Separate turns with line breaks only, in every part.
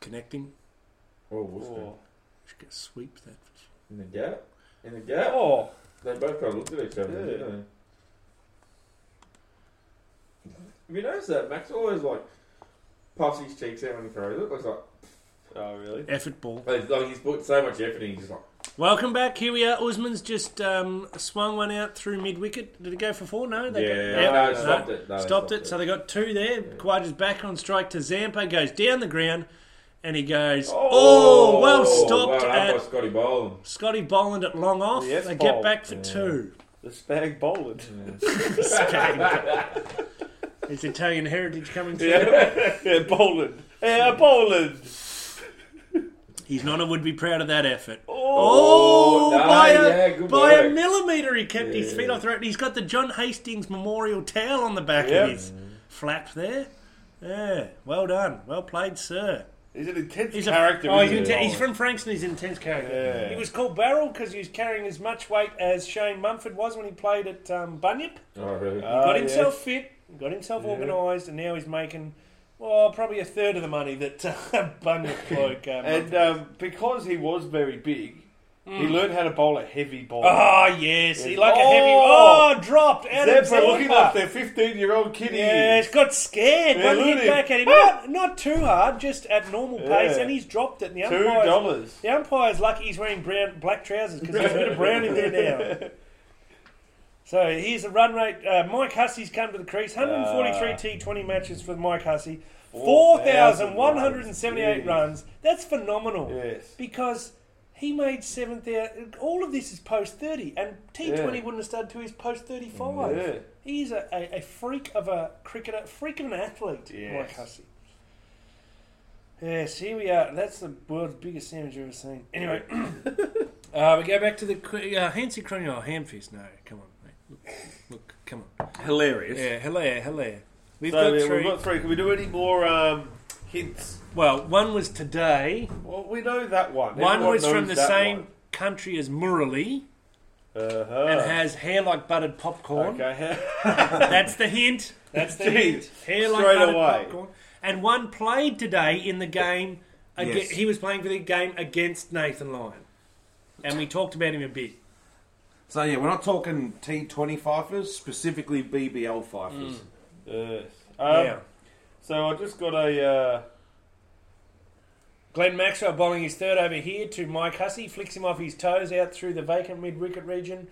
Connecting.
Oh, what's
Oh.
Just get sweep that.
that? In the gap? In the gap?
Oh.
They both kind of looked at each other,
Yeah.
didn't they? Have you noticed that? Max always like puffs his cheeks out when he throws it. Looks like,
Oh, really?
Effort ball.
like, like he's put so much effort in, he's just like,
Welcome back. Here we are. Usman's just um, swung one out through mid wicket. Did it go for four? No. They
yeah,
got,
no,
out.
it stopped it. No, it
stopped it. So they got two there. Quadra's back on strike to Zampa. Goes down the ground, and he goes. Oh, well stopped
well done by
at
Scotty Boland.
Scotty Boland at long off.
Yes,
they get
Boland.
back for two.
The spag bowled.
It's Italian heritage coming through.
Yeah, yeah, bowled. Yeah, bowled.
He's not a would be proud of that effort.
Oh,
Oh,
no,
by, a,
yeah, good
by a
work.
millimetre he kept his feet off the road. He's got the John Hastings Memorial Towel on the back
Yep.
of his flap there. Yeah, well done. Well played, sir.
He's an intense
He's a-
character.
oh, he's,
isn't he?
inte- he's from Frankston. He's an intense character.
Yeah.
He was called Barrel because he was carrying as much weight as Shane Mumford was when he played at um, Bunyip.
Oh, really?
Uh,
got
yeah.
himself fit, got himself organised, and now he's making well probably a third of the money that uh, Bunyip bloke. Uh,
And
Mumford-
um, because he was very big, he learned how to bowl a heavy ball.
Oh yes, he like a heavy.
Oh!
Oh, dropped. Adam
They're looking
Zampa.
like their 15 year old kiddie.
Yes, got scared.
Yeah,
One
look
hit
at him. Ah!
back at him. Not, not too hard, just at normal pace,
Yeah.
and he's dropped it. And the
Two
umpire's,
dollars.
the umpire's lucky he's wearing brown, black trousers because there's a bit of brown in there now. So here's the run rate. Uh, Mike Hussey's come to the crease. 143
Ah.
T20 matches for Mike Hussey.
4,178
4,178 runs. That's phenomenal.
Yes.
Because he made seventh there. All of this is post 30, and T20
Yeah.
wouldn't have started till he's post 35.
Yeah.
He's a, a, a freak of a cricketer, freak of an athlete,
Yes.
Mike Hussey. Yes, here we are. That's the world's biggest sandwich I've ever seen. Anyway, uh, we go back to the qu- uh, Hansi Crony or Hamfist. No, come on, mate. Look, look, come on.
Hilarious.
Yeah, hello, hello. We've
So
got
yeah,
three.
we've got three. Can we do any more um, hints?
Well, one was today.
Well, we know that one.
One
Everyone
was from
knows
the
that
same
one.
country as Murali
Uh-huh.
and has hair like buttered popcorn.
Okay.
That's the hint. That's the hint. Hair like
Straight
buttered
away.
popcorn. And one played today in the game. Aga
Yes.
He was playing for the game against Nathan Lyon, and we talked about him a bit.
So yeah, we're not talking T20 fifers, specifically BBL
Hmm.
fifers.
yes. Um,
yeah.
So I just got a. Uh,
Glenn Maxwell bowling his third over here to Mike Hussey, flicks him off his toes out through the vacant mid wicket region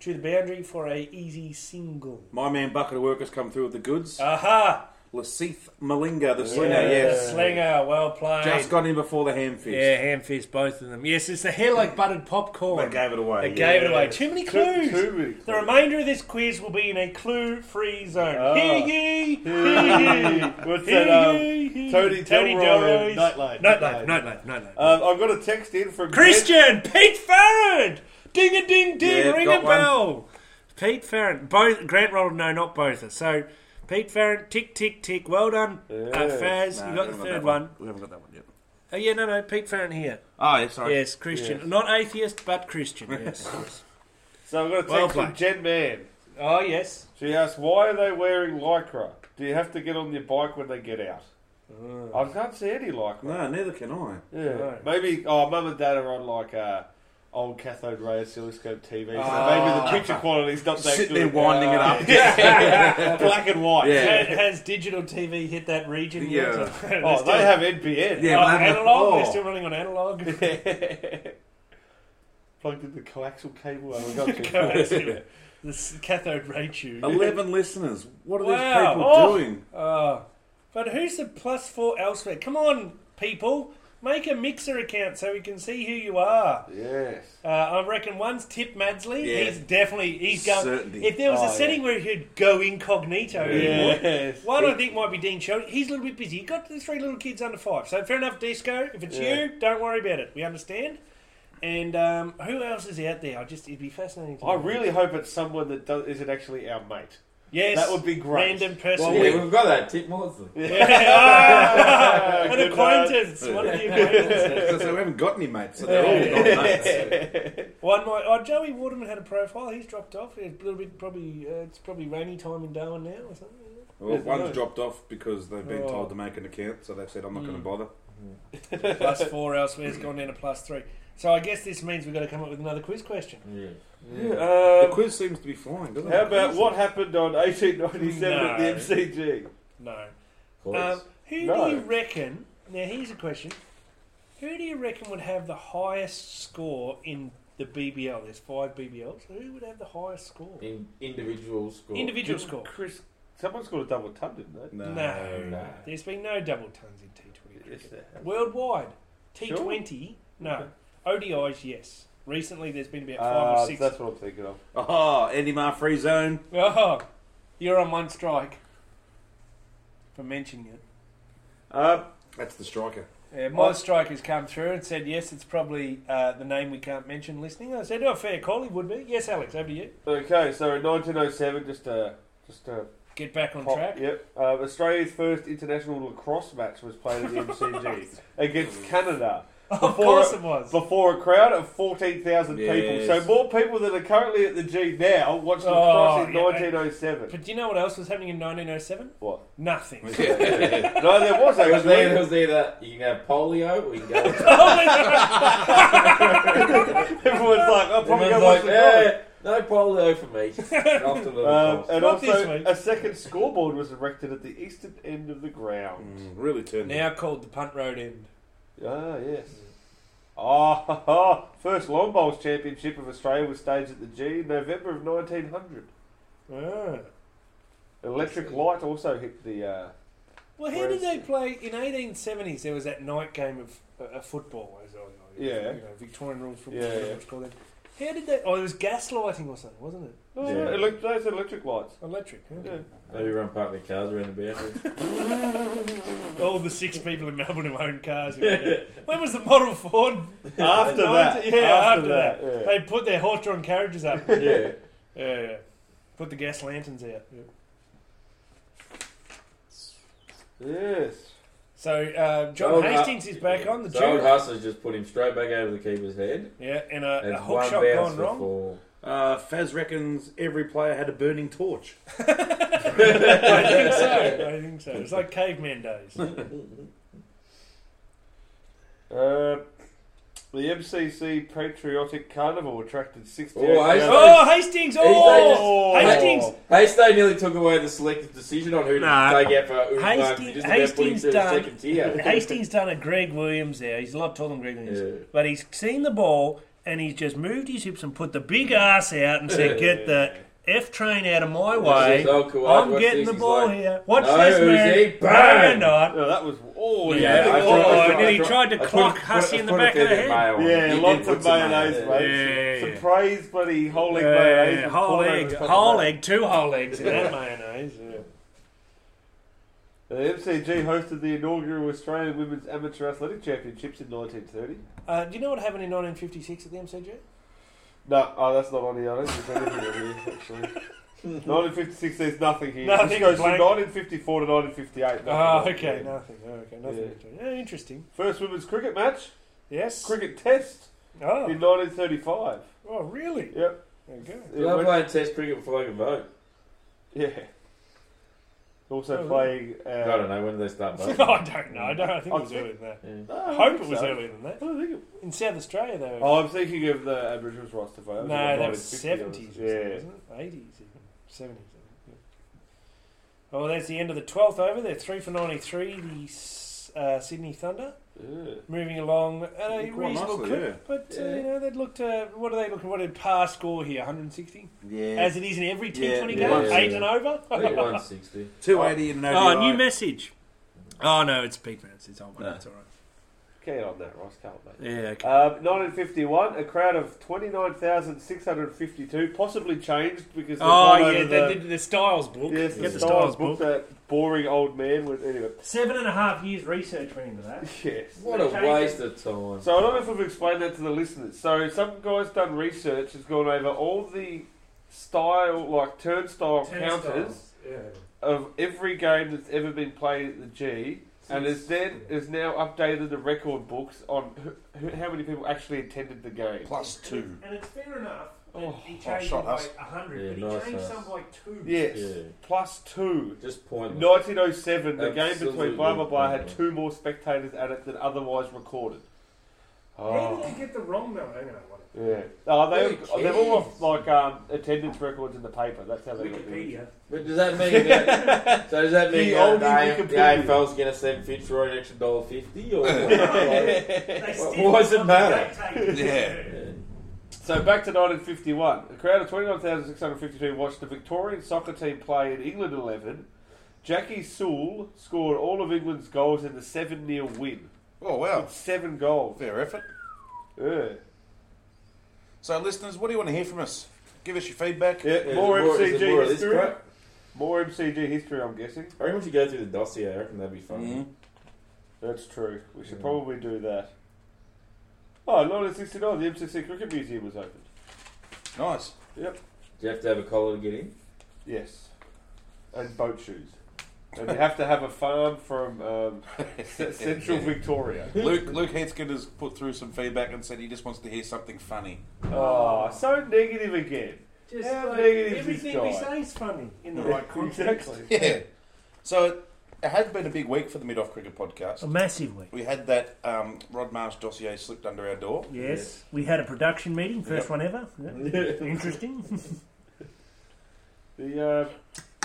to the boundary for a easy single.
My man Bucket of Work has come through with the goods.
Aha!
Laseith Malinga, the
Yeah,
slinger, yes.
the Slinger, well played.
Just got in before the ham fist.
yeah, ham fist, both of them. Yes, it's the hair like buttered popcorn.
They gave it away.
They
yeah.
gave it away. Too many
two,
clues.
two weeks.
The remainder of this quiz will be in a clue-free zone.
Ah.
Hear ye, hear ye,
What's
hear
that? Um,
ye, hear ye.
Tony Delroy,
Delroy's-
Nightlight.
Nightlight, nightlight, nightlight.
um, I've got a text in from
Christian, Pete Farrand! Ding a ding ding,
Yeah,
ring a
got one.
bell! Pete Farrand, both, Grant Rolled, no, not both. So, Pete Farrand, tick, tick, tick, well done, uh, Faz,
Nah,
you
we
got the
haven't
third
that
one.
We haven't got that one yet.
Oh, yeah, no, no, Pete Farrand here.
Oh, yeah, sorry.
Yes, Christian. Not atheist, but Christian, yes.
So I've got a text
Well
from
played.
Jen Mann.
oh, yes.
She asked, "Why are they wearing lycra? Do you have to get on your bike when they get out?" I can't see any lycra.
Uh. No, neither can I.
Yeah,
No.
maybe. Oh, mum and dad are on like uh, old cathode ray oscilloscope TV, so maybe the picture quality's not that
Ah. Sitting
good. Uh,
there winding it up.
black and white.
Yeah.
Has, has digital TV hit that region yet?
Yeah.
They're
Oh,
still-
they have NBN.
Yeah.
Oh,
but they haven't-
analog. They're
oh.
still running on analog.
Plugged in the coaxial cable. I got to.
the s- cathode ray tube.
Eleven listeners. What are
Wow.
these people
Oh.
doing?
Oh, but who's the plus four elsewhere? Come on, people, make a mixer account so we can see who you are.
Yes.
Uh, I reckon one's Tip Madsley.
Yeah.
He's definitely he's going.
Certainty.
If there was
Oh,
a
yeah.
setting where he'd go incognito, he would.
Yes.
One I think might be Dean Sheldon. He's a little bit busy. He got the three little kids under five. So fair enough, Disco. If it's
Yeah.
you, don't worry about it. We understand. And um, who else is out there? I just it'd be fascinating. To
I
know.
really hope it's someone that does, isn't actually our mate.
yes,
that would be great.
Random
well,
person.
we, we've got that. Tip Morrison.
Yeah. Ah, An
Good
acquaintance. One of the acquaintances.
so, so we haven't got any mates. So they're all Oh, not mates.
One my oh Joey Waterman had a profile. He's dropped off. It's a little bit probably uh, it's probably rainy time in Darwin now or something. isn't it?
Well,
There's
one's
no-
dropped off because they've been
Oh.
told to make an account, so they've said, I'm not going
Mm.
to bother.
plus four elsewhere's gone down to plus three. So I guess this means we've got to come up with another quiz question.
Yeah.
Uh,
The
Um,
quiz seems to be flying, doesn't
how
it?
about what happened on 1897 at the
No.
MCG?
No.
Close.
Um, who
No.
do you reckon? Now here's a question: Who do you reckon would have the highest score in the BBL? There's five BBLs. Who would have the highest score?
In individual score.
Individual score.
Chris, someone's got a double ton, didn't they?
No.
No.
Nah.
There's been no double tons in T20
Yes,
cricket.
there has.
Worldwide, T20, no. ODIs, yes. Recently, there's been about five
Ah,
or six.
that's what I'm thinking of.
Oh, Andy Mar free zone.
Oh, you're on one strike for mentioning it.
Um,
That's the striker.
Yeah, my striker's come through and said, yes, it's probably uh, the name we can't mention listening. I said, oh, fair call, he would be. Yes, Alex, over to you.
okay, so in 1907, just a just a
Get back on
pop-
track.
Yep, um, Australia's first international lacrosse match was played at the MCG against Canada
of course it was.
before a crowd of 14,000
Yes.
people. So more people that are currently at the G now watched
Oh,
lacrosse in
yeah,
1907.
But do you know what else was happening in 1907?
What?
Nothing.
No, there was
It was,
actually.
either, it was either you can have polio or you can go.
Oh,
Everyone's like, I'll probably
Everyone's
go watch
like,
the guy.
yeah, no polio for me. Off to the
Um,
polls.
and
Not this
also,
week.
a second scoreboard was erected at the eastern end of the ground.
Mm, really turned it.
now called the punt road end.
Ah, yes. Ah, ha, ha. first lawn bowls championship of Australia was staged at the G in November of 1900.
Ah.
Electric light also hit the. Uh,
Well, how
Whereas-
did they play in 1870s? There was that night game of uh, uh, football, as I, I
Yeah.
you know, Victorian rules football.
Yeah,
whatever
yeah.
it's called then. How did they? Oh, it was gas lighting or something, wasn't it?
no,
Yeah.
no, elec- Oh, those electric lights.
Electric. Yeah.
Yeah.
Maybe run park their cars around the boundary.
All the six people in Melbourne who own cars. you know. when was the model Ford?
After that.
Yeah, after, that,
yeah.
they put their horse-drawn carriages up. yeah,
yeah.
yeah. Put the gas lanterns out.
Yes.
So uh, John
Old Hu-
Hastings is back on the
So old
tube.
Hustler's just put him straight back over the keeper's head.
Yeah, and a,
And
a
it's
hook
one
shot
bounce
gone
for
wrong.
four.
Uh, Faz reckons every player had a burning torch.
I think so. I think so. It's like caveman days.
Um the MCC Patriotic Carnival attracted 60.
Oh, I-
Oh, Hastings! Oh,
Hastings.
Hastings!
Hastings nearly took away the selective decision on who to
Nah.
take out for Umar.
Hastings-
He just about put him
Hastings
to the
done.
second tier.
Hastings done a Greg Williams there. He's a lot taller than Greg Williams,
Yeah.
but he's seen the ball and he's just moved his hips and put the big ass out and said, "Get the F train out of my way!
This is old Kawhi.
I'm
Watch
getting
this.
the
He's
ball
like,
here. Watch
"No,
this, man! Bang!
Uzi, bang!"
not!"
No, that was. Oh,
Yeah,
yeah.
I
that
thought-
was-
Oh,
I
and then he
put-
tried to
I put-
clock
I put-
Hussey
I
in the
put
back
a
of the
bit
head.
mayo on it.
Yeah,
He did
lots
put
of
some
mayonnaise,
mayo.
Yeah.
mate. Some praise, bloody whole egg
Yeah,
mayonnaise. and
whole
poured over
egg,
the top of
whole
that.
egg, two whole eggs in that mayonnaise. Yeah.
The MCG hosted the inaugural Australian Women's Amateur Athletic Championships in 1930.
Uh, do you know what happened in 1956 at the MCG?
No, oh, that's not on here. I don't think there's anything on here, actually. 1956, there's nothing here.
Nothing,
this goes from
blank.
1954 to 1958. nothing
Oh,
on here.
okay, nothing. Oh, okay, nothing. Yeah, interesting.
First women's cricket match,
Yes.
cricket test,
Oh,
in 1935.
oh, really?
Yep.
There you go.
It
Well, I
went-
played test cricket before I could vote.
yeah. Also
Oh,
playing. Uh,
I don't know. When did they start
I
voting?
don't know. I don't. I think Oh, it was earlier than that.
Yeah.
I
I don't
hope it
think
was
so.
earlier than that.
I don't think it
In South Australia, they were.
Oh, I'm thinking of the Aboriginals roster vote.
no, that was seventies.
seventies.
Yeah,
Yeah.
wasn't it? Eighties, even seventies. Oh, that's the end of the twelfth over. They're three for ninety-three. The S- uh, Sydney Thunder
yeah.
moving along at a
Quite
reasonable
nicely,
clip,
yeah.
but uh,
Yeah.
you know they'd looked. Uh, what are they looking? What a par score here, one hundred and sixty,
Yeah.
as it is in every T Twenty
Yeah,
game,
yeah,
eight
yeah.
and over.
I think it won 60.
280 and an
Oh,
ODI.
new message. Oh no, it's Pete Vance. It's old. one.
No.
It's all right.
Keen on that, Ross. Can't mate.
Yeah. Okay.
Um, 1951, a crowd of 29,652, possibly changed because they've
Oh
gone over
yeah,
the,
they did the Styles book.
yes,
Get
the Styles book, that boring old man would anyway.
Seven and a half years research went into that.
Yes.
What a waste of time.
So I don't know if we've explained that to the listeners. So some guy's done research, has gone over all the style, like turnstile counters of every game that's ever been played at the G, and has then has now updated the record books on who, who, how many people actually attended the game.
Plus two.
And it's fair enough But he
Oh,
changed
shot,
them by
that's-
100,
Yeah,
but he
nice,
changed
nice.
some by 2.
Yes.
Yeah.
Plus two.
Just pointless.
1907, the game
Absolutely
between blah blah blah had
pointless.
two more spectators at it than otherwise recorded.
Where did
Oh,
they get the wrong number? Hang on, what
yeah. Oh, they,
Who
they've all
cares?
got like um, attendance records in the paper. That's how they got the-
Wikipedia.
But does that mean that? so does that
The
mean that
only
the,
Wikipedia.
AF- the AFL's going to send Fitzroy an extra dollar fifty or? what?
They
Well,
still
why does it
got the
matter?
date taken.
Yeah.
So back to 1951. A crowd of 29,652 watched the Victorian soccer team play in England 11. Jackie Sewell scored all of England's goals in the 7 0 win.
Oh, wow.
Seven goals.
Fair effort.
Yeah.
So, listeners, what do you want to hear from us? Give us your feedback.
Yeah,
Yeah,
more
is it more- is it more of
MCG
this
history.
crap?
More MCG history, I'm guessing.
I reckon we should go through the dossier. I reckon that'd be fun.
Mhm.
That's true. We should
Yeah.
probably do that. Oh, 1969, the MCC Cricket Museum was opened.
Nice.
Do you have to have a collar to get in?
Yes. And boat shoes. And you have to have a farm from um, c- central Victoria.
Luke Luke Heathcote has put through some feedback and said he just wants to hear something funny.
Oh, so negative again.
Just
How
like,
negative is
everything
this
we
guy?
say is funny in the right context.
Yeah. So it, it has been a big week for the Mid Off Cricket Podcast.
Massively.
We had that um, Rod Marsh dossier slipped under our door.
Yes. We had a production meeting, first one ever. Interesting.
The uh,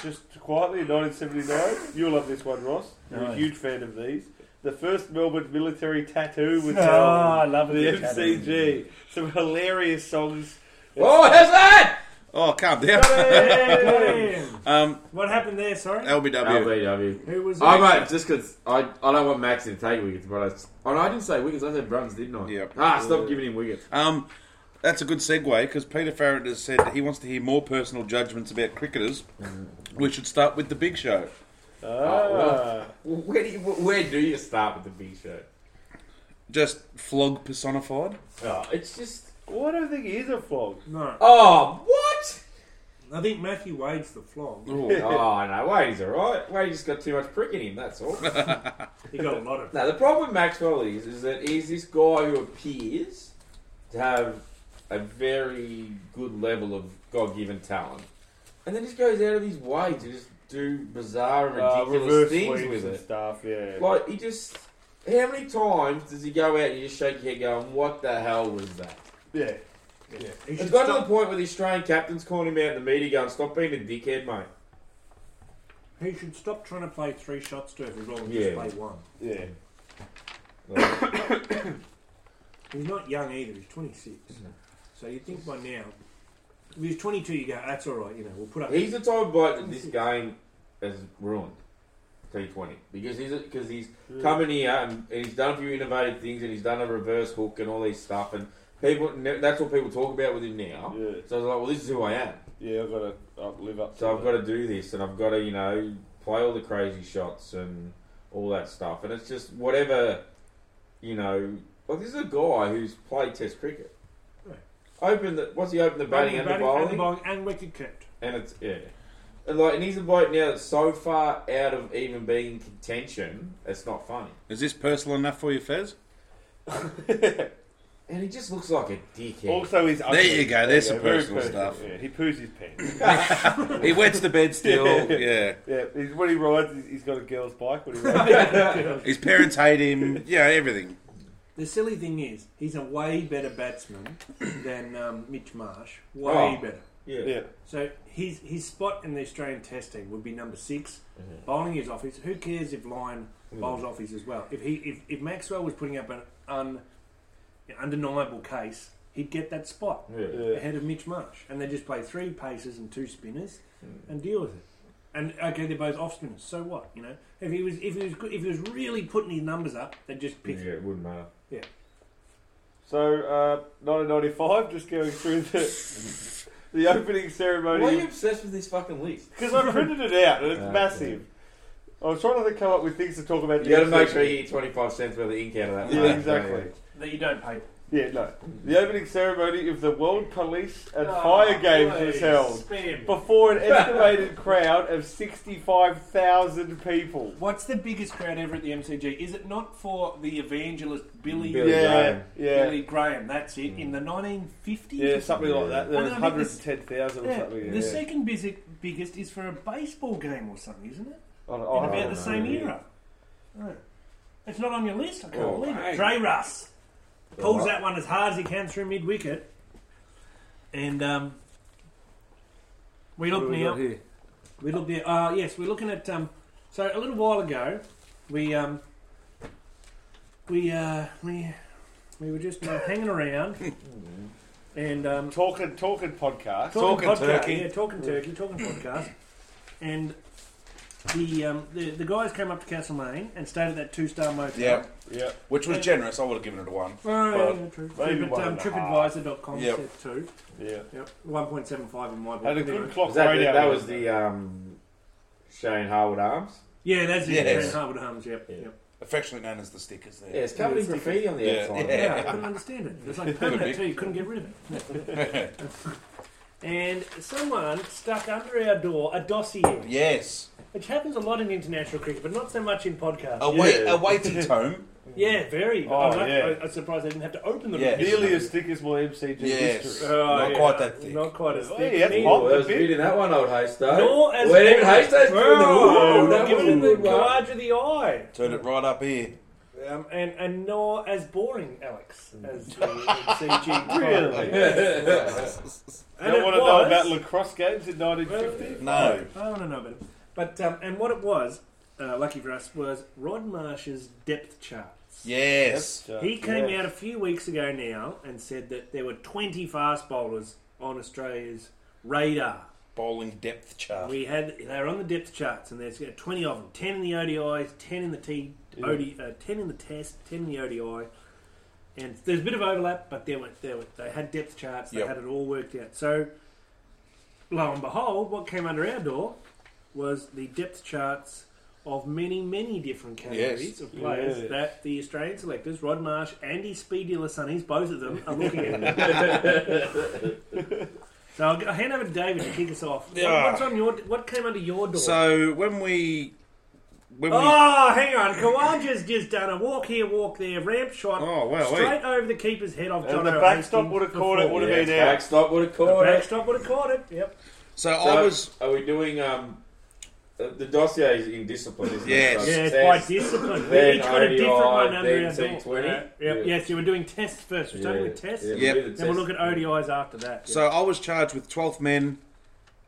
just quietly in 1979, you'll love this one, Ross. You're a
Right.
huge fan of these. The first Melbourne military tattoo was
Ah,
oh, I
held.
love
the
it.
MCG. Some hilarious songs.
Oh, how's that?
Oh, calm down.
Damn.
Um,
What happened there? Sorry.
LBW.
Who was
I
it?
might Oh, just because I, I don't want Max to take wickets, but I oh no, I didn't say wickets. I said runs, didn't I?
Yep.
Ah, stop giving him wickets.
Um, that's a good segue because Peter Farrand has said that he wants to hear more personal judgments about cricketers. We should start with the big show.
Ah,
Oh, Well, Where do you, where do you start with the big show?
Just flog personified.
Oh, it's just
well, I don't think he is a flog.
No.
oh what?
I think Matthew Wade's the flog.
Ooh.
oh no, Wade is all right. Wade just got too much prick in him. That's all.
He got a lot of.
Now the problem with Maxwell is, is that he's this guy who appears to have a very good level of God-given talent, and then just goes out of his way to just do bizarre and
Uh,
ridiculous
reverse
things
sweeps
with
and
it.
stuff. Yeah.
Like he just, how many times does he go out and you just shake your head, going, "What the hell was that?"
yeah.
Yeah. He
It's
should
got to the
stop-
point where the Australian captain's calling him out in the media, going, "Stop being a dickhead, mate."
He should stop trying to play three shots to every ball and
Yeah.
just play one.
Yeah.
Like,
He's not young either. He's 26.
No.
So you'd think by now, if he was 22, you go, that's all right. You know, we'll put up.
he's the type of bloke that this game has ruined. T Twenty because he's because he's come in here and, and he's done a few innovative things and he's done a reverse hook and all these stuff and people ne- that's what people talk about with him now.
Yeah.
So I was like, well, this is who I am.
Yeah. I've got to uh, live up.
So
to
I've
that.
got to do this and I've got to you know play all the crazy shots and all that stuff and it's just whatever you know. Like this is a guy who's played Test cricket.
Right.
Open the what's he open the batting, and the
and
bowling
bowling and wicket kept.
and it's yeah. And like, and he's a bloke now that's so far out of even being in contention, it's not funny.
Is this personal enough for you, Fez?
And he just looks like a dickhead.
Also, he's
There you go, there's some
very
personal stuff.
Yeah, he poos his pants.
He wets the bed still. Yeah.
yeah, he's, when he rides, he's- he's got a girl's bike. When he rides,
His parents hate him. Yeah, everything.
The silly thing is, he's a way better batsman than um, Mitch Marsh. Way
Oh.
better.
yeah.
yeah.
So his his spot in the Australian Test team would be number 6 Bowling is off his. Who cares if Lyon bowls off his as well? If he if, if Maxwell was putting up an un, undeniable case, he'd get that spot
Yeah.
Yeah.
ahead of Mitch Marsh, and they just play three paces and two spinners and deal with it. And okay, they're both off spinners. So what? You know, if he was if he was good, if he was really putting his numbers up, they'd just
Yeah,
pick.
it wouldn't matter.
So, uh, 1995, just going through the the opening
Why are you
ceremony
obsessed with this fucking list?
because I printed it out and it's
Ah,
massive. I was trying to think- come up with things to talk about.
You got to
next
make
week.
sure you get twenty five cents worth of ink out of that.
Yeah,
mate.
exactly.
That you don't pay.
Yeah, no. The opening ceremony of the World Police and
Oh, Ah,
Fire Games was held before an estimated crowd of 65,000 people.
What's the biggest crowd ever at the MCG? Is it not for the evangelist Billy,
Billy
yeah,
Graham.
yeah.
Billy Graham? That's it. In the 1950s?
Yeah, something like that. There
And
was
I think this-
110,000 or
Yeah,
something.
The
yeah.
second busy, biggest is for a baseball game or something, isn't it?
I'll- I'll
In
have a
about
look.
the same
yeah.
era. Right. It's not on your list. I can't
Oh,
believe
hey.
it. Dre Russ pulls that one as hard as he can through mid wicket, and um, we
What
look
do we
now.
got here?
We look there. Uh, yes, we're looking at. Um, so a little while ago, we um, we uh, we we were just uh, hanging around and um,
Talking, talking podcast.
talking,
Talking
podcast,
turkey.
yeah, talking turkey, talking podcast, and the, um, the the guys came up to Castlemaine and stayed at that two star motel.
Yeah,
yeah.
which was generous. I would have given it a one.
Oh, yeah, true.
Maybe
Trip,
one
um,
and a half.
TripAdvisor.com
Yep.
said two.
Yeah.
Yep. 1.75 in my book.
Had a
Anyway.
good clock
Was that, the,
radio.
that was the um, Shane Harwood Arms.
Yeah, that's it.
Yes.
Trent Harwood Holmes, yep.
Yeah.
yep.
Affectionately known as the stickers there.
Yeah, it's covered in graffiti on the
Yeah.
outside.
Yeah.
Yeah, I couldn't understand it. It was like permanent
be.
too. You couldn't get rid of it. and someone stuck under our door a dossier,
Yes.
which happens a lot in international cricket, but not so much in podcasts.
A, wait, a waiting tome.
Yeah, very.
Oh,
I'm, not-
yeah.
I, I'm surprised I didn't have to open them.
Yeah.
Nearly as thick as my MCG
Yes.
history. Uh,
Not quite that thick.
Uh, Not quite as
Oh,
thick.
yeah, that's
Neither-
Oh,
hot.
well, there's a bit in that one, old Haystack.
Nor as
well, even
big.
Haystack's doing the
Whoa,
woo. That
give
was
it
a
a
big one.
large of the eye.
Turn it right up here.
Um, and, and nor as boring, Alex, as the CG.
Really?
And
Don't
it
want to know
was-
about lacrosse games in 1950?
No.
I want to know about it. But um, and what it was, uh, lucky for us, was Rod Marsh's depth charts.
Yes.
He came out a few weeks ago now and said that there were 20 fast bowlers on Australia's radar.
Bowling depth chart.
We had they were on the depth charts, and there's uh, 20 of them: 10 in the ODIs, 10 in the T, OD, uh, 10 in the Test, 10 in the ODI. And there's a bit of overlap, but there were, there were they had depth charts. They
Yep.
had it all worked out. So lo and behold, what came under our door was the depth charts of many, many different categories of players
Yeah.
that the Australian selectors, Rod Marsh, Andy Speed Dealer Sunnies, both of them, are looking at. So I'll, I'll hand over to David to kick us off. What-
Yeah.
What's on your? What came under your door?
So when we when we
oh, hang on. Kawaja's just done a walk here, walk there, ramp shot.
Oh, wow,
Straight
wait.
over the keeper's head off.
And
John
the backstop would have caught it, would have
Yeah,
been out.
Backstop would have
The
caught it.
backstop would have caught it. Yep.
so
So,
I was
Are we doing um? uh, The dossier is in discipline, isn't
Yes.
it?
Yeah,
So
it's by
test,
discipline. We
then
each got a different one
ODI,
under our
then
door.
T20.
Yeah, yep.
Yeah.
Yes, you were doing tests first. We're starting
Yeah,
with tests.
yeah,
Then
we
Yep.
did the
we'll
test.
look at ODIs after that.
so I was charged with twelfth men,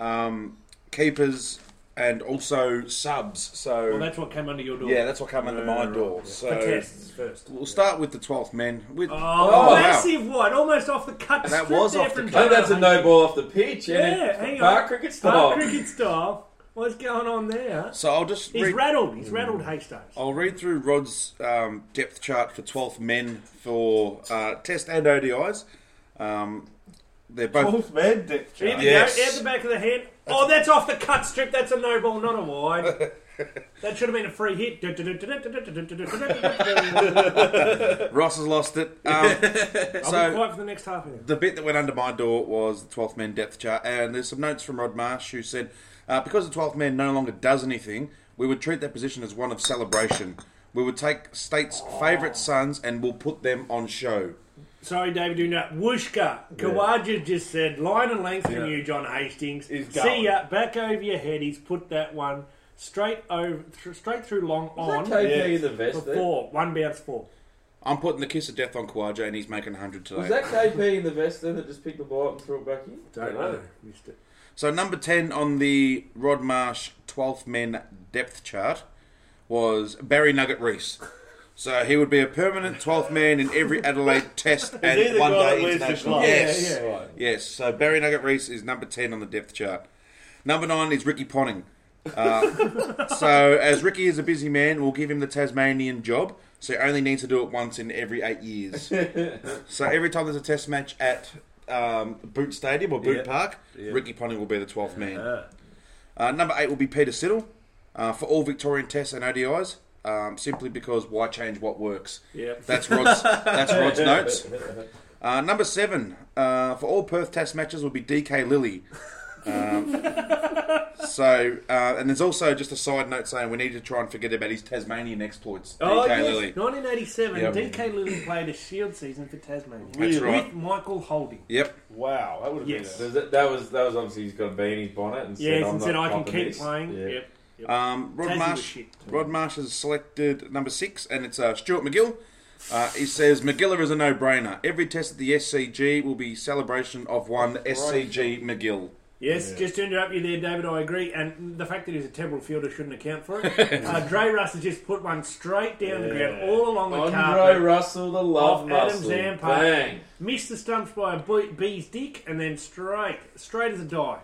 um, keepers, and also subs. So
well, that's what came under your door.
yeah, that's what came under my door.
the
So
tests first.
we'll start with the twelfth men. With
Oh,
wow.
massive one, almost off the cut.
That
strip
was
there
off the
from
cut.
And that's a
Jonah
no ball off the pitch, and
Yeah,
it's
hang
park
on.
cricket
Park
style.
cricket style. What's going on there?
so I'll just
He's
read,
rattled. He's rattled Hastings.
I'll read through Rod's um, depth chart for twelfth men for uh, Test and ODIs. Um, they're both
Fourth man depth
Here
chart.
we
Yes.
go. Out the back of the head. Oh, that's off the cut strip. That's a no ball, not a wide. that should have been a free hit. I'll
Ross has lost it. Um,
be
so
quiet for the next half hour.
the bit that went under my door was the 12th men depth chart, and there's some notes from Rod Marsh who said, uh, because the 12th man no longer does anything, we would treat that position as one of celebration. We would take state's favourite sons and we'll put them on show.
Sorry, David, do not. Wooshka. Kawaja just said, line and length from you, John Hastings.
He's
See
going.
ya. Back over your head. He's put that one straight over, th- straight through long on.
Is that KP
Yeah.
in the vest
for
there?
four. One bounce four.
I'm putting the kiss of death on Kwaja, and he's making 100 today.
Was that KP in the vest then that just picked the ball up and threw it back in?
Don't know. Missed it.
So number ten on the Rod Marsh twelfth men depth chart was Barry Nugget Reese. So he would be a permanent twelfth man in every Adelaide Test
he
and
the
one
guy that
day
wears the
international.
glove?
Yes,
Yeah, yeah,
yes. So Barry Nugget Reese is number ten on the depth chart. Number nine is Ricky Ponting. Uh, so as Ricky is a busy man, we'll give him the Tasmanian job. So he only needs to do it once in every eight years. so every time there's a Test match at um, Boot Stadium or Boot
Yeah.
Park,
Yeah.
Ricky Ponting will be the twelfth man. Uh, number eight will be Peter Siddle uh, for all Victorian Tests and ODIs. um, simply because why change what works?
Yep.
That's Rod's, that's Rod's notes. Uh, number seven uh, for all Perth Test matches will be DK Lilly. Um, so, uh, and there's also just a side note saying we need to try and forget about his Tasmanian exploits.
Oh,
DK
yes.
Lilly.
1987,
Yep.
DK Lilly played a Shield season for Tasmania.
That's right.
With Michael Holding.
Yep.
Wow, that would have
Yes.
been.
So that, that was that was obviously he's got a bee in his bonnet and
Yes,
said, I'm
and said,
not
I can
copping
keep
this."
playing.
Yeah.
Yep.
Um, Rod
Tassie was
Marsh.
shit.
Rod Marsh has selected number six, and it's uh, Stuart McGill. Uh, he says McGillar is a no-brainer. Every test at the SCG will be celebration of one SCG McGill.
Yes, just to interrupt you there, David, I agree. And the fact that he's a terrible fielder shouldn't account for it. uh, Dre Russ has just put one straight down the ground, all along the
Andre
carpet.
Russell, the
Off
love
Adam
muscle.
Zampa.
Bang.
Missed the stumps by a bee- bee's dick and then straight, straight as a die.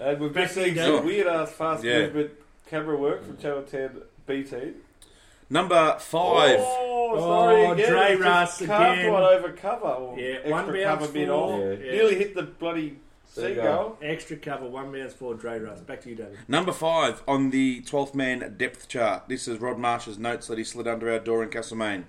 And Uh, we've been
Back in
seeing
the
some
day.
weird ass fast
Yeah.
movement camera work from Channel 10 BT.
Number five.
Oh, sorry
Oh,
again.
Dre
It's just
Russ
carved
again.
one over cover. Or
Yeah,
extra
one bounce
cover mid
four.
off.
Yeah.
Nearly hit the bloody
Seagull.
seagull.
Extra cover, one bounce for Dre Russ. Back to you, David.
Number five on the 12th man depth chart. This is Rod Marsh's notes that he slid under our door in Castlemaine.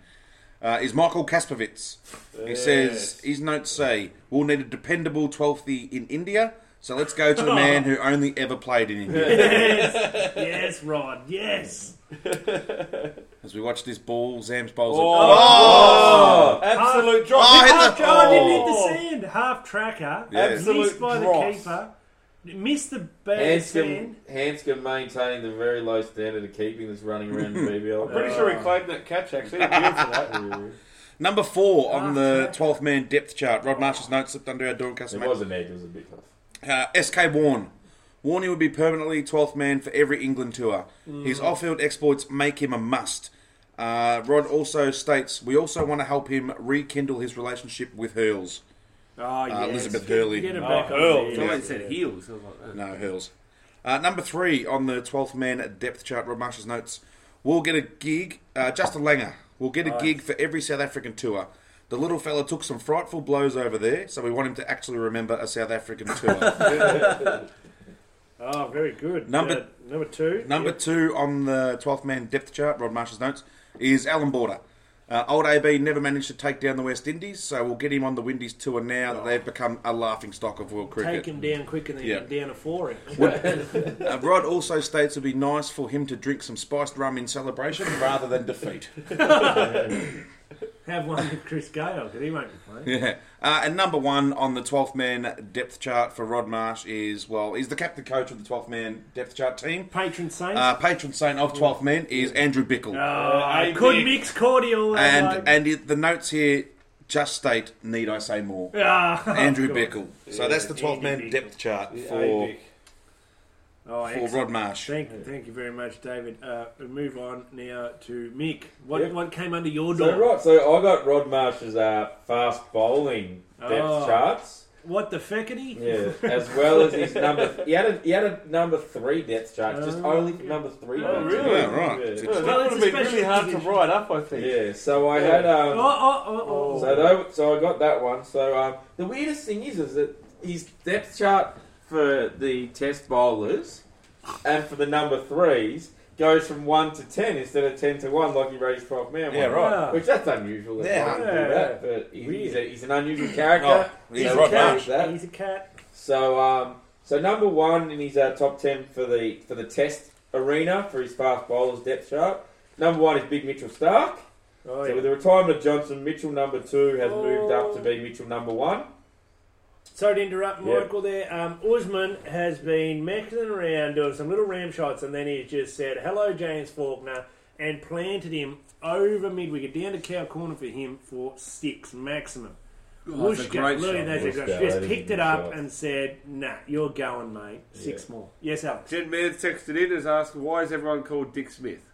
Uh, is Michael Kaspovitz. He says his notes say we'll need a dependable 12th in India. So let's go to the man who only ever played in India.
Yes, yes, Rod, yes.
As we watch this ball, Zams bowls it.
Oh, absolute drop.
Oh, hit
Half,
the-
oh, didn't hit
Oh.
the sand. Half tracker.
Yeah.
missed
Absolute
by
dross.
the keeper. Missed the bag of
Hanscom,
sand.
Hanscom maintained the very low standard of keeping this running around in BBL.
Pretty sure
Oh.
he claimed that catch actually. He appealed for that.
Number four on the 12th man depth chart. Rod Marsh's notes slipped under our door in
It
Castlemaine.
was an egg, it was a bit tough.
Uh, SK Warren. Warney would be permanently 12th man for every England tour. His off field exploits make him a must. Uh, Rod also states, We also want to help him rekindle his relationship with Hurls.
Oh, yes.
Uh, Elizabeth
Get-
Hurley.
Get her
Oh,
back on
Hurl.
there.
Someone said heels. I was like, oh.
No, Hurls. Uh, number three on the 12th man depth chart, Rod Marsh's notes, We'll get a gig, uh, Justin Langer, we'll get a gig for every South African tour. The little fella took some frightful blows over there, so we want him to actually remember a South African tour.
Oh, very good.
Number-
Uh, number two.
Number two on the 12th man depth chart, Rod Marsh's notes, is Alan Border. Uh, old AB never managed to take down the West Indies, so we'll get him on the Windies tour now that they've become a laughing stock of world
Take
cricket.
him down quicker than
Yeah.
you can down a four inch.
Uh, Rod also states it'd be nice for him to drink some spiced rum in celebration rather than defeat.
Have one with Chris Gale because he won't be playing.
Yeah. Uh, and number one on the 12th man depth chart for Rod Marsh is, well, he's the captain coach of the 12th man depth chart team.
Patron saint. Oh,
Uh, patron saint of 12th men is Andrew Bickle.
I
I
could
think-
mix cordial uh,
and
like-
and it, the notes here just state need I say more
Ah,
Andrew
God.
Bickle so that's the 12 man
Andy Bickle.
depth chart
Yeah,
for
Vic.
Oh,
for
excellent.
Rod Marsh
Thank, thank you very much, David. Uh, we move on now to Mick. What
Yep.
what came under your door?
So, right, so I got Rod Marsh's uh, fast bowling depth
Oh.
charts.
What the feckity?
Yeah, as well as his number. He had a, he had a number three depth chart, just
Oh.
only for number three.
Oh,
depth
really?
yeah right
Yeah.
Well,
Well, that
it's
would
a
have been
special
really hard to
position.
write up, I think.
Yeah, so I
Yeah.
had.
Oh,
Um,
oh, oh, oh.
So that, so I got that one. So um, the weirdest thing is, is that his depth chart for the test bowlers and for the number threes goes from one to ten instead of ten to one, like he raised twelve man.
Yeah,
one.
right.
Yeah.
Which that's unusual. that
Yeah.
Rod would do that, but he- he's, a, he's an unusual
oh,
character.
he's
So
Rod
okay.
Marsh
that.
He's a cat.
So um, so number one in his uh, top ten for the for the test arena for his fast bowlers depth chart. Number one is Big Mitchell Stark.
Oh,
So with
yeah. Oh.
the retirement of Johnson, Mitchell number two has moved up to be Mitchell number one.
Sorry to interrupt,
Yeah.
Michael. There, um, Usman has been messing around doing some little ram shots, and then he just said, "Hello, James Faulkner," and planted him over midwicket down to cow corner for him for six maximum.
Oh, that's a great
look
shot.
at that,
Wooshka,
Wooshka,
that
just
is a
picked
good
it up
shot.
and said, "Nah, you're going, mate. Six more." Yes, Alex.
Jed Mann texted in and has asked, why is everyone called Dick Smith?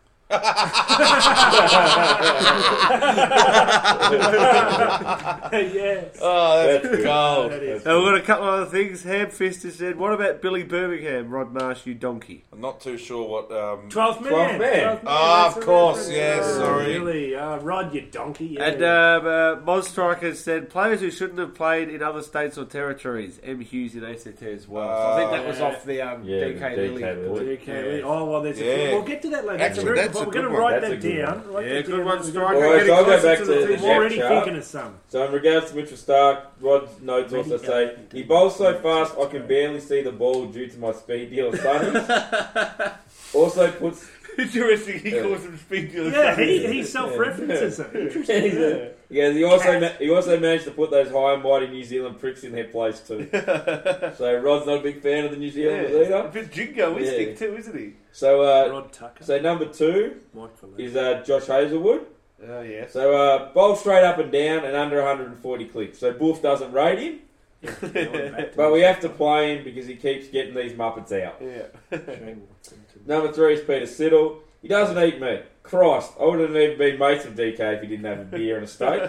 yes.
oh
that's That's good.
gold
That is.
And we've got a couple other things. Hamfist has said, what about Billy Birmingham, Rod Marsh, you donkey?
I'm not too sure what um,
Twelfth man.
12th man.
Ah, of
that's a
course,
reference.
yes,
Oh,
sorry.
Really, uh, Rod, you donkey. Yeah.
And um, uh, Moz Striker has said, players who shouldn't have played in other states or territories. M. Hughes in ACT as well. so I think that was
Uh,
off the um,
yeah,
DK,
DK
Lilly.
Lilly.
Okay, we- Oh well, there's a
Yeah.
few. We'll get to that later.
actually
Very
that's a
but we're
good
going to
one.
write
That's a
that
good
down. Write
Yeah,
that
good
down.
one,
We're gonna-
striker.
we're
Alright, so
getting
I'll go back
closer
to the
the I'm already
depth chart.
thinking of some.
So in regards to Mitchell Stark, Rod's notes also say he bowls so fast I can barely see the ball due to my speed deal of sunnies. also puts
Interesting. He
Yeah.
calls him speed dealer.
Yeah, he, he self-references it. Interesting. isn't it?
yeah, he also ma- he also managed to put those high and mighty New Zealand pricks in their place too. so Rod's not a big fan of the New Zealanders
Yeah. A
either.
bit jingo
Yeah.
instinct too, isn't he?
So uh,
Rod Tucker.
so number two
Mike Foley.
is uh, Josh Hazelwood.
Oh yes.
So uh, bowl straight up and down and under 140 clicks. So Boof doesn't rate him,
Going back to
but we have to play him because he keeps getting these muppets out.
Yeah.
Shane Watson to-
Number three is Peter Siddle. He doesn't eat meat. Christ, I wouldn't have even been mates with DK if he didn't have a beer and a steak.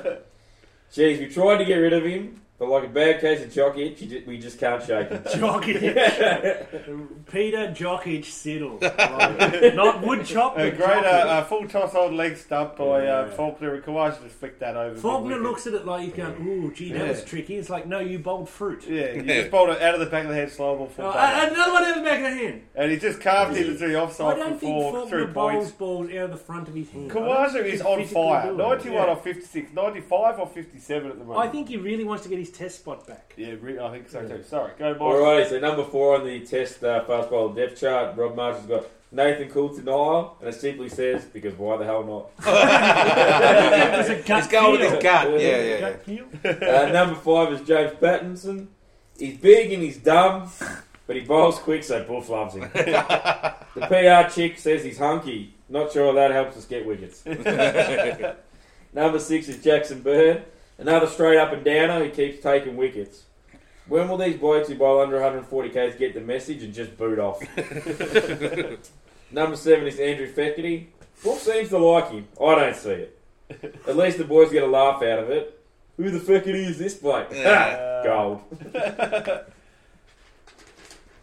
Jeez, we tried to get rid of him, but like a bad case of jock itch, you ju- we just can't shake him.
Jokic. Peter Jokic Siddle. Like, not Woodchop.
A
but
great uh,
Jokic.
uh, full toss old leg stump by uh,
Yeah.
Faulkner and Kawhi. Just flicked that over.
Faulkner
Good
looks at it like he's going, ooh, gee, that
Yeah.
was tricky. It's like, no, you bowled fruit.
wicket. Yeah, you just bowled it out of the back of the head, slow ball full
Oh,
ball.
a- another one out the back of the hand.
and he just carved it into the
I
offside for
don't think
four,
Faulkner
three
bowls
points.
balls out of the front of his hand. I don't
Kawaja
think
is
he
on
physically
fire.
do it.
91
Yeah.
or 56, 95 or 57 at the
I
moment.
think he really wants to get his test spot back.
Yeah, re- I think so too. Sorry, go Mike.
Alrighty, so number four on the test uh, fastball depth chart, Rob Marshall's got Nathan Coulton Nile, and it simply says, because why the hell not?
That was a gut
He's going with his
feel.
gut. Yeah, yeah, yeah.
Gut feel.
Uh, number five is James Pattinson. He's big and he's dumb, but he bowls quick, so Buff loves him. the PR chick says he's hunky. Not sure that helps us get wickets. number six is Jackson Bird. Another straight up and downer who keeps taking wickets. When will these blokes who bowl under 140Ks get the message and just boot off? number seven is Andrew Feckerty. Buff seems to like him. I don't see it. At least the boys get a laugh out of it. Who the fuck it is this bloke?
Yeah.
Gold.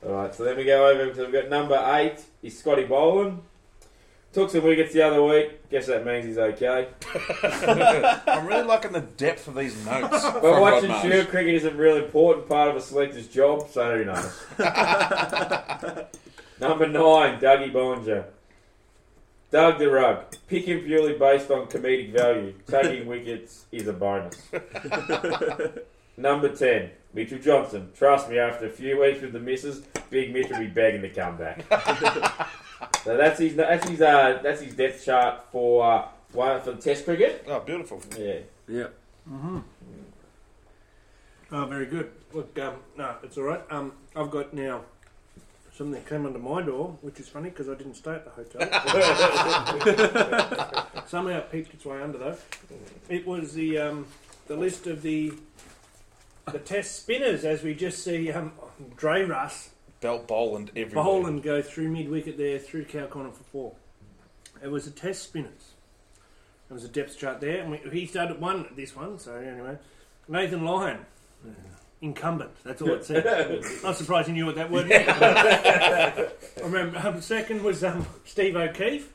Alright, so then we go over to we've got number eight is Scotty Boland. Took some wickets the other week. Guess that means he's okay.
I'm really liking the depth of these notes.
But watching field cricket is a real important part of a selector's job, so who knows? number nine, Dougie Bollinger. Doug the rug. Pick him purely based on comedic value. Taking wickets is a bonus. Number 10, Mitchell Johnson. Trust me, after a few weeks with the misses, Big Mitch will be begging to come back. so that's his that's his uh, that's his death chart for uh, one for the Test cricket.
Oh, beautiful.
Yeah.
Yeah.
Oh, very good. Look, um, no, it's all right. Um, I've got now something that came under my door, which is funny because I didn't stay at the hotel. Somehow it peeped its way under though. It was the um, the list of the the test spinners as we just see um, Dre Russ
Belt Boland everywhere.
Boland go through mid wicket there through cow corner for four. It was the test spinners. There was a depth chart there, and we, he started at one this one. So anyway, Nathan Lyon, incumbent. That's all it said. Not surprised you knew what that word meant. I remember. Um, second was um, Steve O'Keefe.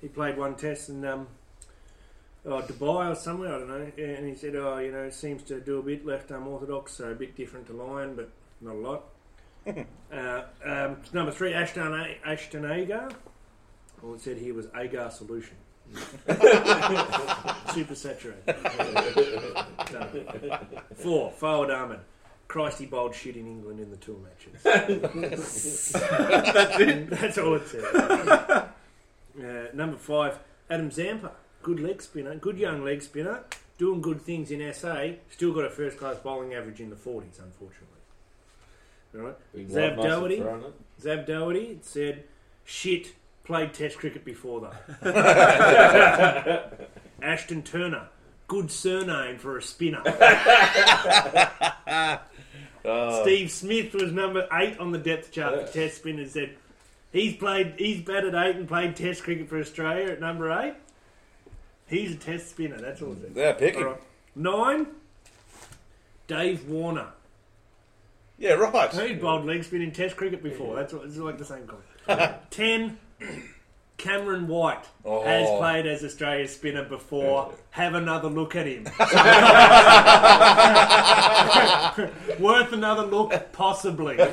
He played one test in um, oh, Dubai or somewhere. I don't know. And he said, "Oh, you know, seems to do a bit left arm orthodox, so a bit different to Lyon, but not a lot." Uh, um, number three, Ashton, A- Ashton Agar. Well, it said here was Agar Solution. Super saturated. No. Four, Forward Armin. Christ, he bowled shit in England in the two matches. That's it. That's all it said. Uh, number five, Adam Zampa. Good leg spinner, good young leg spinner, doing good things in SA. Still got a first class bowling average in the 40s, unfortunately. All right. Zab Doherty. Zab Doherty said, shit, played test cricket before though. Ashton Turner, good surname for a spinner. Steve Smith was number eight on the depth chart for test spinners. Said he's played, he's batted eight and played test cricket for Australia at number eight. He's a test spinner. That's all. It is.
They're picking.
All right. Nine. Dave Warner.
Yeah, right.
Who's bowled leg spin in Test cricket before? That's what, it's like the same comment. Ten. Cameron White
Oh.
has played as Australia's spinner before. Have another look at him. Worth another look, possibly. so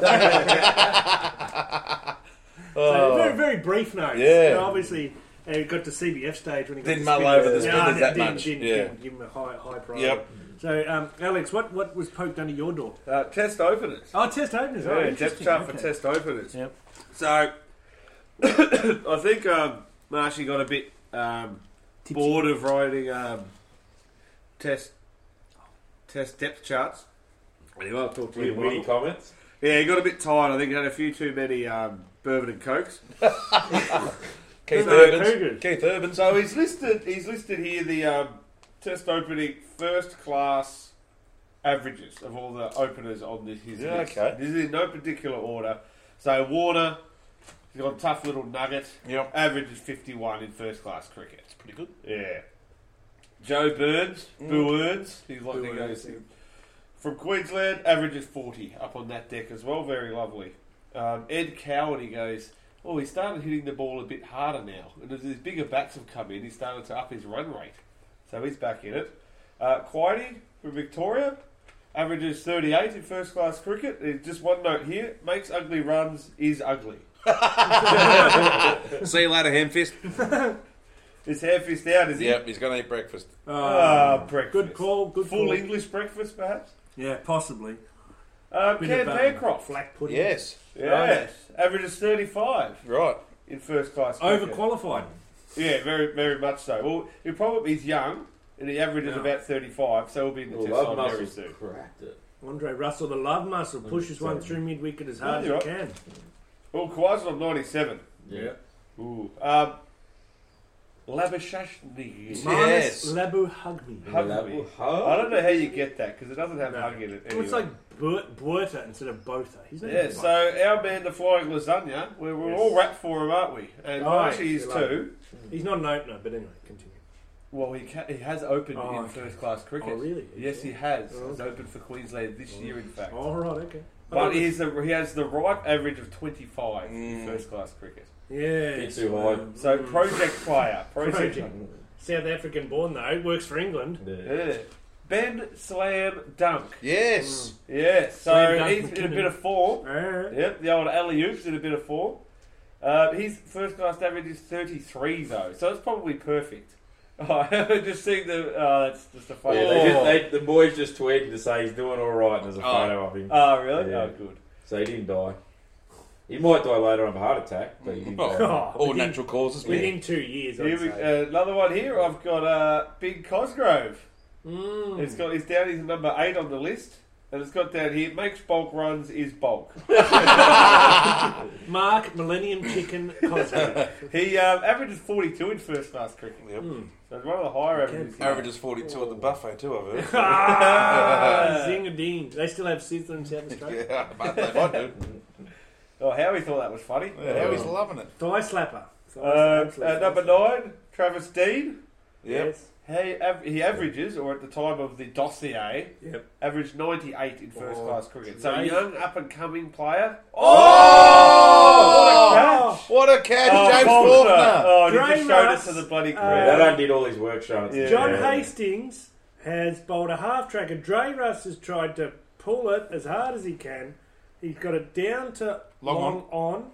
very, very brief notes.
Oh. Yeah.
So obviously, And it got to CBF stage when he got
Didn't
to
mull
spin-
over the
No,
spinners
no,
that
didn't,
much.
Didn't,
Yeah.
didn't give him a high, high priority.
Yep.
So, um, Alex, what, what was poked under your door?
Uh, test openers.
Oh, test openers. oh,
Yeah, depth
interesting.
chart for
Okay.
test openers.
Yep.
So, I think um, Marshy got a bit um,
Tipsy.
bored of writing um, test test depth charts. Anyway, I'll talk to you.
Any witty
Michael.
comments?
Yeah, he got a bit tired. I think he had a few too many um, bourbon and cokes.
Keith
No,
Urban. Keith Urban.
So he's listed. He's listed here the um, test opening first class averages of all the openers on this. His
Yeah,
list.
okay.
This is in no particular order. So Warner, he's got a tough little nugget.
Yep.
Average is fifty-one in first class cricket.
Pretty good.
Yeah. Joe Burns, Boo Burns, Mm. he's like he goes from Queensland. Average is forty up on that deck as well. Very lovely. Um, Ed Cowan, he goes. Oh, he started hitting the ball a bit harder now, and as his bigger bats have come in, he started to up his run rate. So he's back in it. Uh, Quiety from Victoria averages thirty-eight in first class cricket. Uh, Just one note here: makes ugly runs is ugly.
See you later, Hemfist.
His hair fist out, is he?
Yep, he's going to eat breakfast.
Oh,
Ah, breakfast.
good call. Good
Full
call.
English breakfast, perhaps.
Yeah, possibly.
Um,
Bit
Cam
of, um,
Bancroft.
Black pudding.
Yes.
Yes. Average is 35
Right.
in first class. cricket.
Overqualified.
Yeah, very, very much so. Well, he probably is young, and the average is
Yeah.
about 35, so he'll be in the
Well,
test side
love
very
muscles
soon.
cracked it.
Andre Russell, the love muscle, pushes one
Sorry.
through mid wicket as hard
Mm, Yeah,
as he
you're
can.
Well, Kwasniok 97.
Yeah.
Ooh. Um, Labashashni.
Yes.
Marnus Labu hug me.
Hug me. I don't know how you get that, because it doesn't have
No.
hug in it.
Well,
Anyway.
It's like Bert, Buerta instead of Botha. He's not
Yeah,
even
so
like-
our man, the flying lasagna, we're, we're
Yes.
all wrapped for him, aren't we? And
Oh,
Marshy is
you're right.
too.
he's not an opener, but anyway, continue.
Well, he, ca- he has opened
Oh,
in
okay.
first class cricket.
Oh, really?
Yes, he has.
Oh,
He's
okay. Oh.
opened for Queensland this year, in fact.
All right, okay.
But he's the, he has the right average of 25
Mm.
in first class cricket.
yeah,
Bit too high.
So, project player. Project.
Mm. Project. Um, South African born though, works for England.
Yeah.
Yeah. Ben Slam Dunk.
Yes.
Slam
Yeah, so
Dunk
he's in a
McKinnon.
bit of form.
Alright.
Yep, the old alley oops in a bit of form. Um, his first class average is 33, though, so it's probably perfect. I just seeing the. Oh, that's just a funny.
Yeah,
Oh.
they just, they, the boys just tweeted to say he's doing all right, and there's a
Oh.
photo of him.
Oh, really?
Yeah.
Oh, good.
So he didn't die. He might die later of a heart attack, but he didn't die.
Oh,
All
within-
natural causes.
Within two years,
Here
I'd
we,
say.
uh, another one here. I've got uh, Big Cosgrove.
Mm.
It's got he's down. He's number eight on the list, and it's got down here makes bulk runs is bulk.
Mark Millennium Chicken Cosgrove.
he um, averages forty two in first class cricket.
Yep.
So it's one of the higher averages. here.
Average is 42 at the buffet, too, I've heard.
ah, zing a ding. They still have Sizzler in South Australia.
yeah, but they might do.
Oh, Howie thought that was funny.
Yeah, he's loving it.
Thigh slapper. Thigh
Uh,
slapper.
uh, number nine, Travis Dean.
Yep.
Yes.
He, av- he averages, or at the time of the dossier,
Yep.
averaged 98 in first
Oh,
class cricket. So,
right.
young up and coming player.
Oh! What a catch,
Oh,
James
Faulkner.
Uh,
Faulkner!
Oh, and he just showed it
Dreamers.
to the bloody
Uh,
crowd.
That I did all his work shots.
Yeah.
John
Yeah.
Hastings has bowled a half tracker. Dre Russ has tried to pull it as hard as he can. He's got it down to
Long
long, on.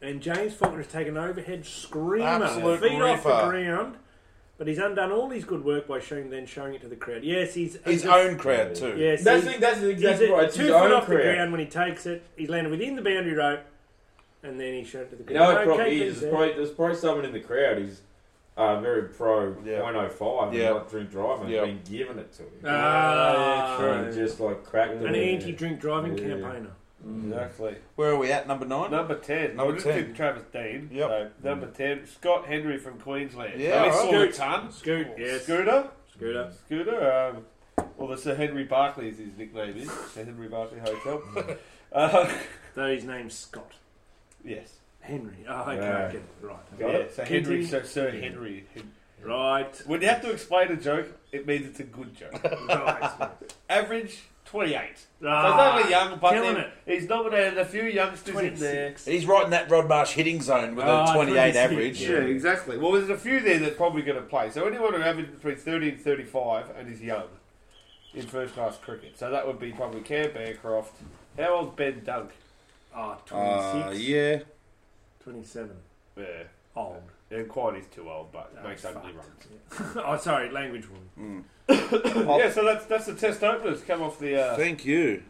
And James Faulkner has taken an overhead screamer.
Absolute
feet off
ripper.
the ground. But he's undone all his good work by showing then showing it to the crowd. Yes, he's
His
he's-
own crowd, too.
Yes,
That's,
he's-
the, that's
He's
exactly
at
right. It's
two
his
foot
own
off the
career.
ground when he takes it. He's landed within the boundary rope, and then he showed it to the ground.
You know what it
Okay,
probably
good there.
is? There's probably, there's probably someone in the crowd who's uh, very pro
Yeah.
0.05
Yeah.
and not drink driving and
Yeah.
been giving it to him.
Ah,
and just like cracked
an
him.
anti-drink driving
Yeah.
campaigner.
Exactly.
Where are we at? Number nine?
Number 10.
Number
we just
10.
took Travis Dean.
Yep.
So, number 10, Scott Henry from Queensland.
Yeah,
so
all
he
right.
scored a ton.
Scoot,
Oh,
yes,
Scooter.
Scooter.
Scooter. Um, well, the Sir Henry Barclay is his nickname is. Sir Henry Barclay Hotel. uh,
Though his name's Scott
yes.
Henry. Oh, okay,
Yeah.
I get it. right,
Got
yeah,
it?
So Henry,
Continue.
so Sir Henry.
right,
When you have to explain a joke, it means it's a good joke.
right.
Average 28. So it's
Ah,
not a young, but
killing
then
it.
he's nominated a few youngsters in there.
26.
He's right in that Rod Marsh hitting zone with
Ah,
a 28
26,
average.
yeah.
Yeah, exactly. Well, there's a few there that probably going to play. So anyone who averages between 30 and 35 and is young in first class cricket. So that would be probably Cam Bancroft. How old's Ben Dunk?
Ah,
Uh,
26,
yeah.
27.
Yeah.
old.
And quality's too old, but
Oh,
makes ugly
fucked.
runs.
oh, sorry, language one.
Mm.
yeah, so that's that's the test openers. Come off the. Uh,
Thank you.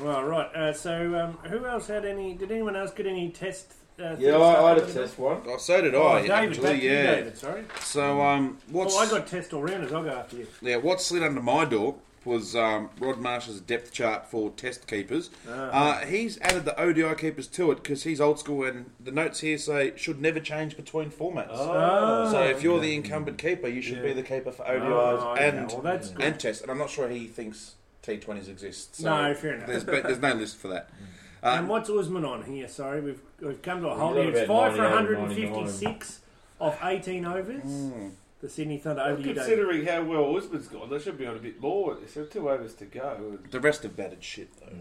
Well, right. Uh, so, um, who else had any? Did anyone else get any test? Uh,
Yeah,
things
I, I had a
started?
test one.
Oh, so did
Oh,
I.
David, back
actually,
to you,
yeah.
David. Sorry.
So um, what's
Well, Oh, I got test all rounders. I'll go after you.
yeah, what slid under my door was um, Rod Marsh's depth chart for test keepers.
Ah. Uh-huh.
Uh, he's added the ODI keepers to it because he's old school, and the notes here say should never change between formats.
Oh.
So if you're the incumbent keeper, you should be the keeper for ODIs
Oh, okay.
and
well, that's good.
and tests. And I'm not sure he thinks T20s exist. So
no, fair enough.
there's but there's no list for that. Uh,
and what's Usman on here? Sorry, we've we've come to a halt
got
here. It's
about
five for
98,
156 off 18 overs.
Hmm.
The Sydney Thunder over to you, David.
Considering how well Usman's gone, they should be on a bit more. So two overs to go.
The rest have batted shit though.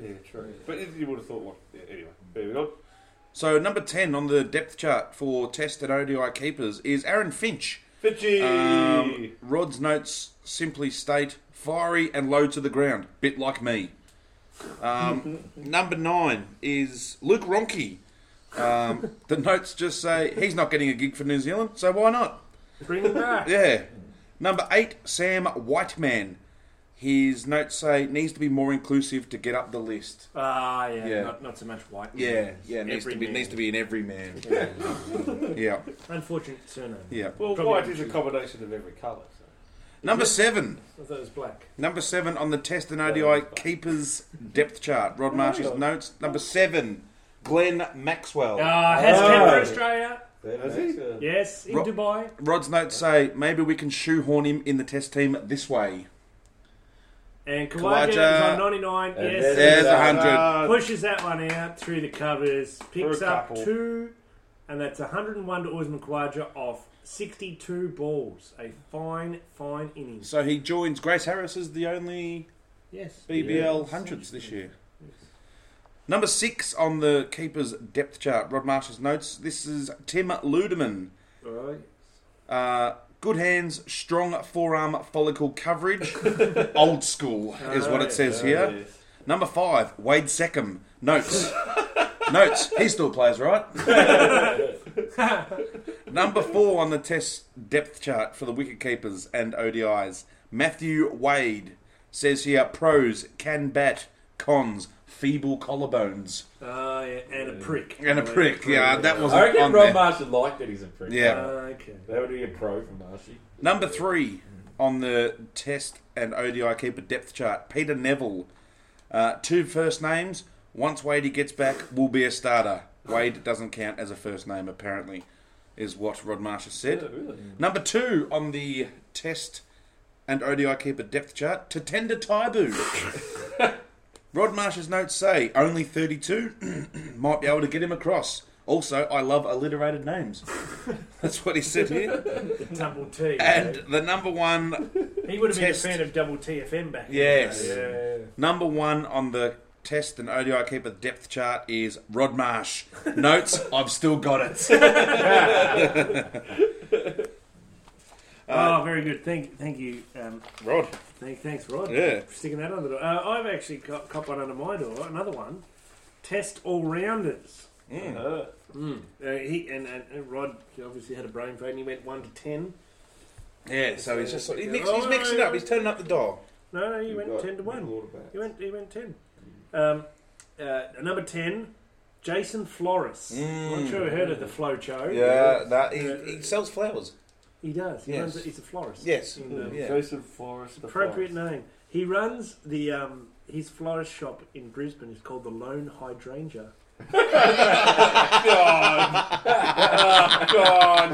And, yeah, true. But you would have thought, well, yeah, anyway, moving on.
So number ten on the depth chart for test and ODI keepers is Aaron Finch.
Fitchy!
Um, Rod's notes simply state fiery and low to the ground, bit like me. Um, number nine is Luke Ronke. Um, the notes just say he's not getting a gig for New Zealand, so why not?
Bring him back.
Yeah. Number eight, Sam Whiteman. His notes say needs to be more inclusive to get up the list.
Ah, yeah,
Yeah.
Not, not so much white.
Yeah, yeah, needs to
Every
be
man.
needs to be in every man. yeah,
Unfortunate surname.
yeah.
well,
probably
white is a combination of every colour. So.
Number seven.
I thought it was black.
Number seven on the Test and ODI keepers depth chart. Rod Marsh's notes. Number seven, Glenn Maxwell.
Ah, has
Oh.
ten for Australia.
Is he?
Yes, in
Ro-
Dubai.
Rod's notes say maybe we can shoehorn him in the Test team this way.
And Kawaja
Kawaja.
is on 99.
And
yes,
There's a
Yeah.
hundred.
Uh,
pushes that one out through the covers, picks
a
up
couple.
two, and that's 101 to Usman Khawaja off 62 balls. A fine, fine innings.
So he joins Grace Harris as the only
Yes.
BBL hundreds this year. Number six on the keepers depth chart. Rod Marsh's notes. This is Tim Ludeman.
Right.
Uh, good hands, strong forearm follicle coverage. Old school is what it
Oh,
says here.
yes.
Number five, Wade Seckham. Notes. Notes. He still plays, right? Number four on the test depth chart for the wicketkeepers and ODIs. Matthew Wade says here pros, can bat, cons, feeble collarbones.
Ah, yeah, and a prick. Oh,
And a prick. Yeah, that
I
wasn't
reckon
on
Rob
there.
Marsh would like that he's a prick.
Yeah.
Okay.
That would be a pro for Marshy.
Number three on the Test and ODI keeper depth chart, Peter Neville. Uh, two first names. Once Wadey gets back, will be a starter. Wade doesn't count as a first name, apparently, is what Rod Marsh has said.
Oh,
Number two on the Test and ODI keeper depth chart, Tatenda Taibu. Rod Marsh's notes say only 32 might be able to get him across. Also, I love alliterated names. That's what he said here.
Double T.
And the number one,
he would have
test-
been a fan of Double TFM back
Yes.
in the day.
number one on the test and ODI keeper depth chart is Rod Marsh. Notes, I've still got it. Uh,
oh, very good. Thank, thank you. Um,
Rod,
thank, thanks, Rod.
Yeah.
For sticking that under the door. Uh, I've actually got, got one under my door. Another one. Test all rounders.
Mm.
Uh,
Uh, he and, and, and Rod obviously had a brain fade and he went 1 to 10.
yeah. So he's just sort of- he mix, he's mixing up. He's turning up the dial.
No, no, he
You've
went
got
10 to 1.
middle order bats.
He went, he went 10. Um, uh, number 10, Jason Flores.
Mm.
I'm not sure I heard of the Flo Cho.
that
he- he
sells flowers.
He does. He
Yes.
runs a, he's a florist.
Yes.
In the-
Yeah.
Jason Forrest.
Appropriate name. He runs the um, his florist shop in Brisbane is called the Lone Hydrangea.
God. Oh, God.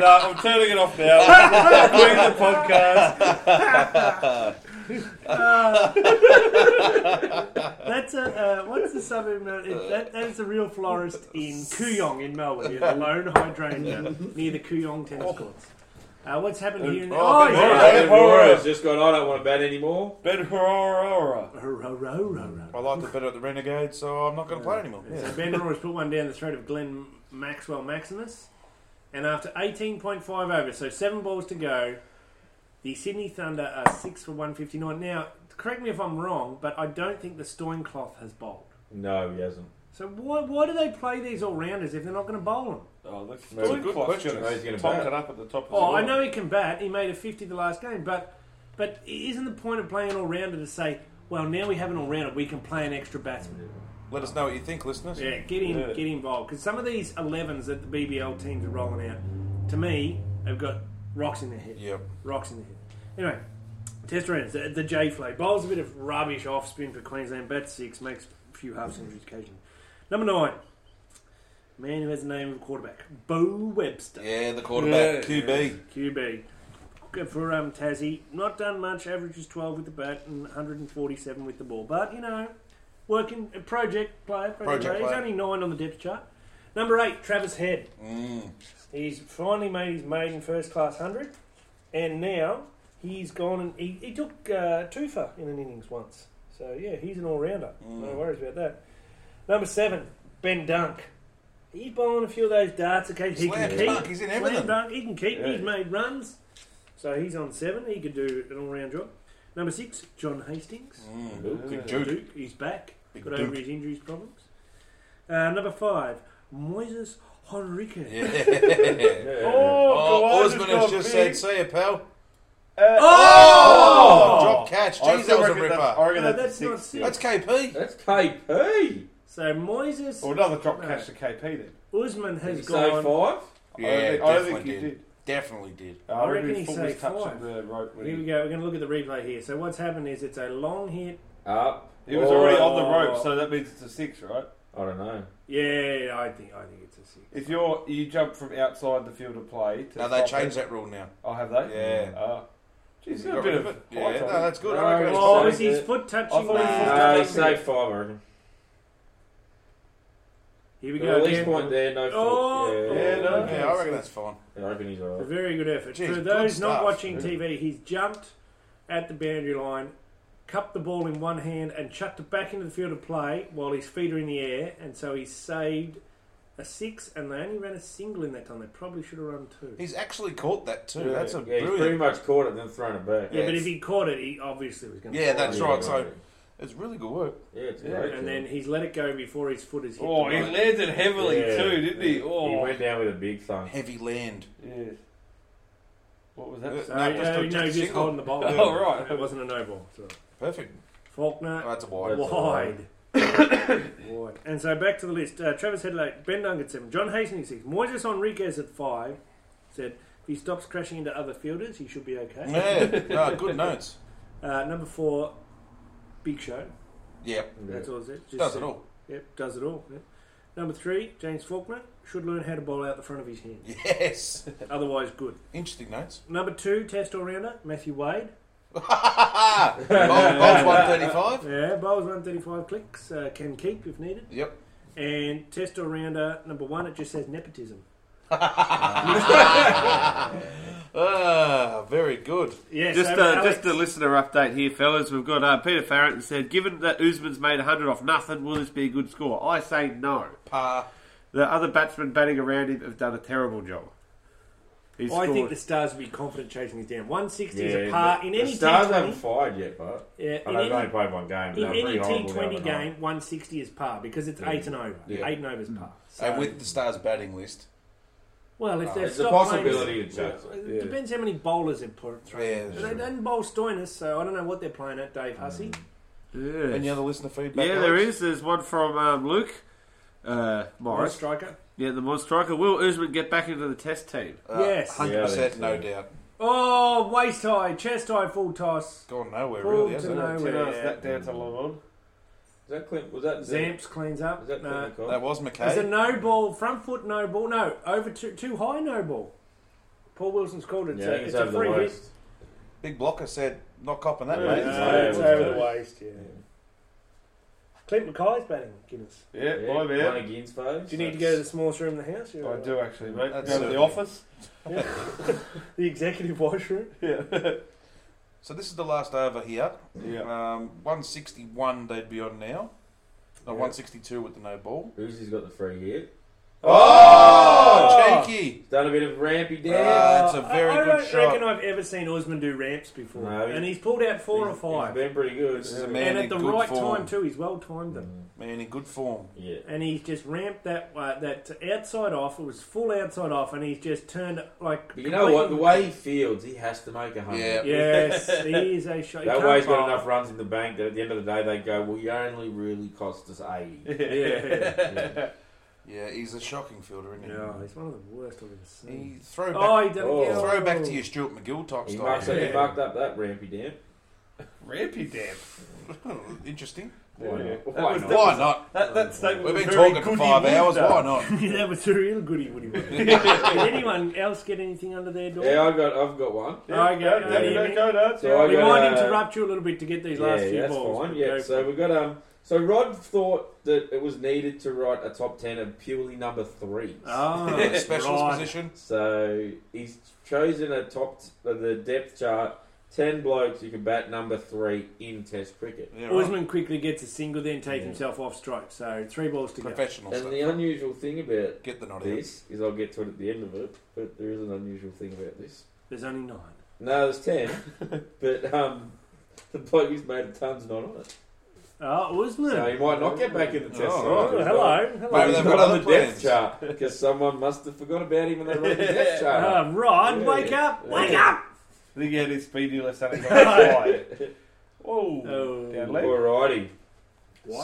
no, I'm turning it off now. I'm doing the podcast.
That's a uh, what's the suburb? known- it- That, that is a real florist in Kooyong in Melbourne, yeah, the Lone Hydrangea near the Kooyong tennis courts. Uh, what's happened here? In the, oh,
Ben
yeah.
Horror.
Ben Hora's just gone, I don't want to bat anymore.
Ben Horror.
Ro- ro- ro- ro- ro.
I liked it better at the Renegades, so I'm not going to play anymore.
So Ben Roy's put one down the throat of Glenn Maxwell Maximus. And after 18.5 overs, so seven balls to go, the Sydney Thunder are six for 159. Now, correct me if I'm wrong, but I don't think the Stoincloth has bowled.
No, he hasn't.
So why, why do they play these all rounders if they're not going to bowl them?
Oh, that's
That's a
Stoy
good
Klopp's
question.
just
How he's gonna
topped
bat.
it up at the top of the
Oh, I
order.
know he can bat. He made a 50 the last game, but but isn't the point of playing an all rounder to say, well, now we have an all rounder, we can play an extra batsman?
Let us know what you think, listeners.
Yeah, get in,
Yeah.
get involved. Because some of these 11s that the BBL teams are rolling out, to me, they've got rocks in their head.
Yep.
Rocks in their head. Anyway, test rounds. The, the J flow. Bowls a bit of rubbish off spin for Queensland. Bats six, makes a few half centuries occasionally. Number nine, man who has the name of a quarterback, Bo Webster.
Yeah, the quarterback, QB.
QB. Good for um, Tassie. Not done much. Averages 12 with the bat and 147 with the ball. But, you know, working a project player. Project,
Project
player. He's
player.
only nine on the depth chart. Number eight, Travis Head.
Mm.
He's finally made his maiden first class 100. And now he's gone and he, he took uh, Tufa in an innings once. So, yeah, he's an all rounder.
Mm.
No worries about that. Number seven, Ben Dunk. He's bowling a few of those darts. Okay, he
Slam
can keep.
dunk, he's in everything.
Slam dunk, he can keep.
Yeah.
He's made runs. So he's on seven. He could do an all round job. Number six, John Hastings.
Mm.
Ooh, big
Yeah.
Duke.
Duke, he's back.
Big
got over
Duke.
his injuries problems. Uh, number five, Moises Honrique.
Yeah.
Yeah.
Oh,
Kawhi's
Osman
gone
has just
big.
said, see ya, pal.
Uh,
Oh! Drop catch.
I
Jeez,
still
that was a
reckon
ripper.
that's- I reckon
No,
that's,
that's
a
not
six.
six.
That's KP.
That's KP.
So Moises
Or Oh, another drop
No.
catch to KP then.
Usman has
Did he say
gone.
five?
Yeah,
I don't think, I don't think
definitely
he
did.
did.
Definitely did.
Uh,
I reckon
his
he
foot was
said
touching
five.
the rope when
Here we
he,
go. We're going to look at the replay here. So what's happened is it's a long hit.
Up.
he was
Or-
already on the
Oh.
rope, so that means it's a six, right?
I don't know.
Yeah, I think I think it's a six.
If you're you jump from outside the field of play to
No, they
stop
changed
it.
that rule now.
Oh, have they?
Yeah.
Ah. Jeez,
Got
a
rid
bit
of
of
it. Yeah, no, that's good.
No,
I reckon
it's-
that's
Oh,
fine.
is his
Yeah.
foot
I
touching?
thought he was
the-
just-
No, Uh, he saved five, I reckon.
Here we
Well,
go
at least
again.
point there, no fault.
Oh!
yeah,
Yeah, no.
Yeah, I reckon that's fine.
Yeah, I reckon he's
A
alright.
very good effort.
Jeez,
For
good
those not
stuff.
watching
Yeah.
TV, he's jumped at the boundary line, cupped the ball in one hand, and chucked it back into the field of play while his feet are in the air, and so he saved a six, and they only ran a single in that time. They probably should have run two.
He's actually caught that too. That's a
yeah, he's pretty
brilliant.
much caught it, then thrown it back.
yeah, but
it's-
if he caught it, he obviously was going to.
Yeah, that's right. So it's really good work.
Yeah, it's
Yeah.
great.
And then he's let it go before his foot is hit.
Oh,
the
he
line.
landed heavily
Yeah.
too, didn't he?
Yeah.
Oh,
He went down with a big thump.
Heavy land.
Yeah. What was that?
Uh,
So,
No,
no,
that's
no,
not just a
just
single.
holding the ball.
Oh, right.
It wasn't a no ball. So.
Perfect.
Faulkner,
Oh, that's a
That's
wide.
a wide.
wide. wide. And so back to the list. Uh, Travis Headlake, Ben Dunk at seven, John Hastings six, Moises Enriquez at five. Said if he stops crashing into other fielders, he should be okay.
Yeah, no, good notes.
Uh, number four, Big Show.
Yeah,
That's all it said. Just
does
said-
it all.
Yep, does it all. yep. Number three, James Faulkner should learn how to bowl out the front of his hand.
Yes.
Otherwise, good.
Interesting notes.
Number two, Test all rounder Matthew Wade.
Bob, Bob's 135.
Yeah, bowls 135 clicks, uh, can keep if needed.
Yep.
And test all rounder number one, it just says nepotism.
Ah, very good.
Yeah,
Just,
so
uh,
Alex-
just a listener update here, fellas. We've got uh, Peter Farrington said, given that Usman's made 100 off nothing, will this be a good score? I say no.
Pa.
The other batsmen batting around him have done a terrible job. He
I
scored.
think the Stars would be confident chasing these down. 160 is
Yeah,
a par
the-
in
the
any
Stars
T20.
haven't fired yet, but
Yeah,
I
in
know they've only
any,
played one game. but
in
they were
any
pretty horrible the
T20
other night.
game, 160 is par because it's
Yeah.
8 and over.
Yeah.
8 and over is par. So,
And with the Stars batting list.
well, if they've
uh, It's a
stopped playing-
possibility to judge.
It depends how many bowlers they've put through.
Yeah,
But
that's
they
true.
don't bowl Stoinis, so I don't know what they're playing at, Dave Hussey.
Mm.
Yes.
Any other listener feedback?
Yeah,
Alex?
there is. There's one from um, Luke uh,
Or a
Morris.
striker.
Yeah, the Mon striker. Will Usman get back into the test team?
Uh,
Yes.
100%,
Yeah,
no
they-
doubt.
Oh, waist high, chest high, full toss.
Gone nowhere,
Full
really,
to
hasn't
nowhere.
it?
Ten hours
Yeah.
that down to long on.
Is that Clint? Was that
Zamps cleans up.
Is that
No.
Clint McCall?
That was
It's a
McKay.
no ball, front foot no ball. No, over too, too high no ball. Paul Wilson's called it.
Yeah,
so
I think
it's
it's
a
over the
free hit.
waist.
Big blocker said, not copping that,
Yeah,
mate.
No,
over
it's
the waist.
over the waist, yeah. Clint Mackay's batting, Guinness.
Yeah,
Yeah,
my
one
man.
against those.
Do you need to go to the smallest room in the house? You're
I do actually, mate.
That's
Go to the
certainly-
office.
The executive washroom.
Yeah.
So this is the last over here.
yeah.
Um, 161 they'd be on now. No,
Yeah.
162 with the no ball.
Uzi's got the free hit.
Oh! Oh, cheeky.
Done a bit of rampy dance.
Ah, it's a
I,
very
I
good
don't reckon
shot.
I've ever seen Usman do ramps before,
No, he-
and he's pulled out four
He's-
or
He's
five,
been pretty good.
This is a man
and
in
at the
good
right
form.
time too. He's well timed them.
Man in good form.
Yeah.
and he's just ramped that uh, that outside off. It was full outside off, and he's just turned like.
But you know what? The
completely-
way he fields, he has to make a hundred.
Yeah.
Yes, he is a shot. He
That
can't
way he's got
bowl.
enough runs in the bank that at the end of the day they go, well, you only really cost us 80.
Yeah,
Yeah.
Yeah, he's a shocking fielder, isn't he?
yeah, he's one of the worst I've ever seen.
He throw back,
Oh, he done
Oh.
it again.
throw back to your Stuart McGill type
He,
style.
marked up, he
Yeah.
marked up that rampy damn.
Rampy damn.
Oh, Interesting.
Yeah.
That
Why
was-
not?
that
Why
was-
not?
That, that statement
We've
was
been
very
talking for
goody
five hours.
wonder.
Why not?
yeah, that was a real goody woody one. Did anyone else get anything under their door?
Yeah, I've got, I've got one.
Yeah,
Okay,
go,
yeah,
go,
yeah.
go, nuts.
So I
we
got,
might
uh,
interrupt you a little bit to get these
yeah,
last few
that's
balls.
fine.
but
Yeah,
go for
so
it.
we got um. So Rod thought that it was needed to write a top ten of purely number threes.
Ah,
Specialist
right.
position.
So he's chosen a top t- uh, the depth chart. Ten blokes who can bat number three in Test cricket.
Yeah, right.
Usman quickly gets a single, then takes
Yeah.
himself off strike. So three balls to go.
Professional
And
stuff.
the unusual thing about
Get the knot out.
this is I'll get to it at the end of it, but there is an unusual thing about this.
There's only nine.
No, there's ten, but um, the bloke who's made a ton's not on it,
Oh, Usman.
so he might not get back in the Test.
Oh,
side.
Oh, hello. hello.
Maybe
Maybe
they've
they've
got
got
other
on the depth
plans.
chart because someone must have forgot about him when they wrote the depth chart.
Ah, Rod,
Yeah.
wake up! Wake
Yeah.
up!
I think he had his speedy left hand on the side. Oh,
Oh.
down left.
Alrighty.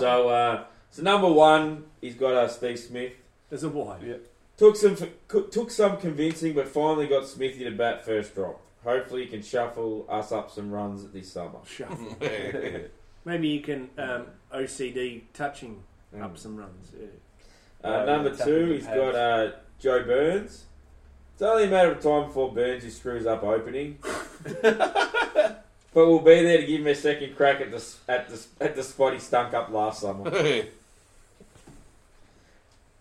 So, uh, so number one, he's got uh, Steve Smith.
There's a wide.
Took some took some convincing, but finally got Smithy to bat first drop. Hopefully, he can shuffle us up some runs this summer.
Shuffle. Maybe you can um, OCD touching up
Mm.
some runs. Yeah.
Uh, number two, he's got uh, Joe Burns. It's only a matter of time before Burns just screws up opening. but we'll be there to give him a second crack at the s- at the s- at the spot he stunk up last
Ah,
summer.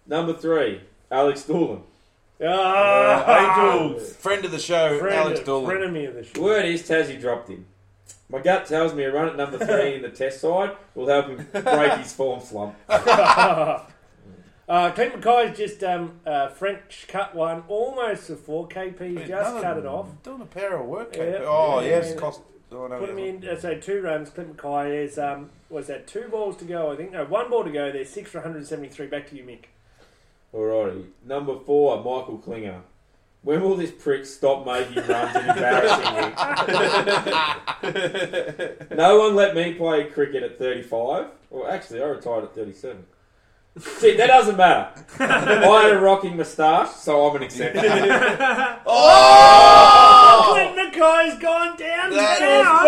number three, Alex Doolan.
Ah,
Friend of the show,
friend,
Alex
friend
Dolan.
of me of the show.
Word is Tassie dropped him. My gut tells me a run at number three in the test side will help him break his form slump.
Uh, Clint McKay's just um, uh, French cut one, almost a four KP. Just
Another-
cut it off.
Doing a pair of work.
Yeah.
Kate. Oh,
Yeah.
yes. Cost. Oh, no,
Put him
yeah.
in. Uh, so two runs. Clint McKay is um, was that two balls to go? I think no, one ball to go. There's six for 173. Back to you, Mick.
Alrighty. Number four, Michael Klinger. When will this prick stop making runs and embarrassing me? no one let me play cricket at 35. Well, actually, I retired at 37. See, that doesn't matter. I had a rocking moustache, so I'm an exception.
Clint McKay's gone down.
Oh. That
now.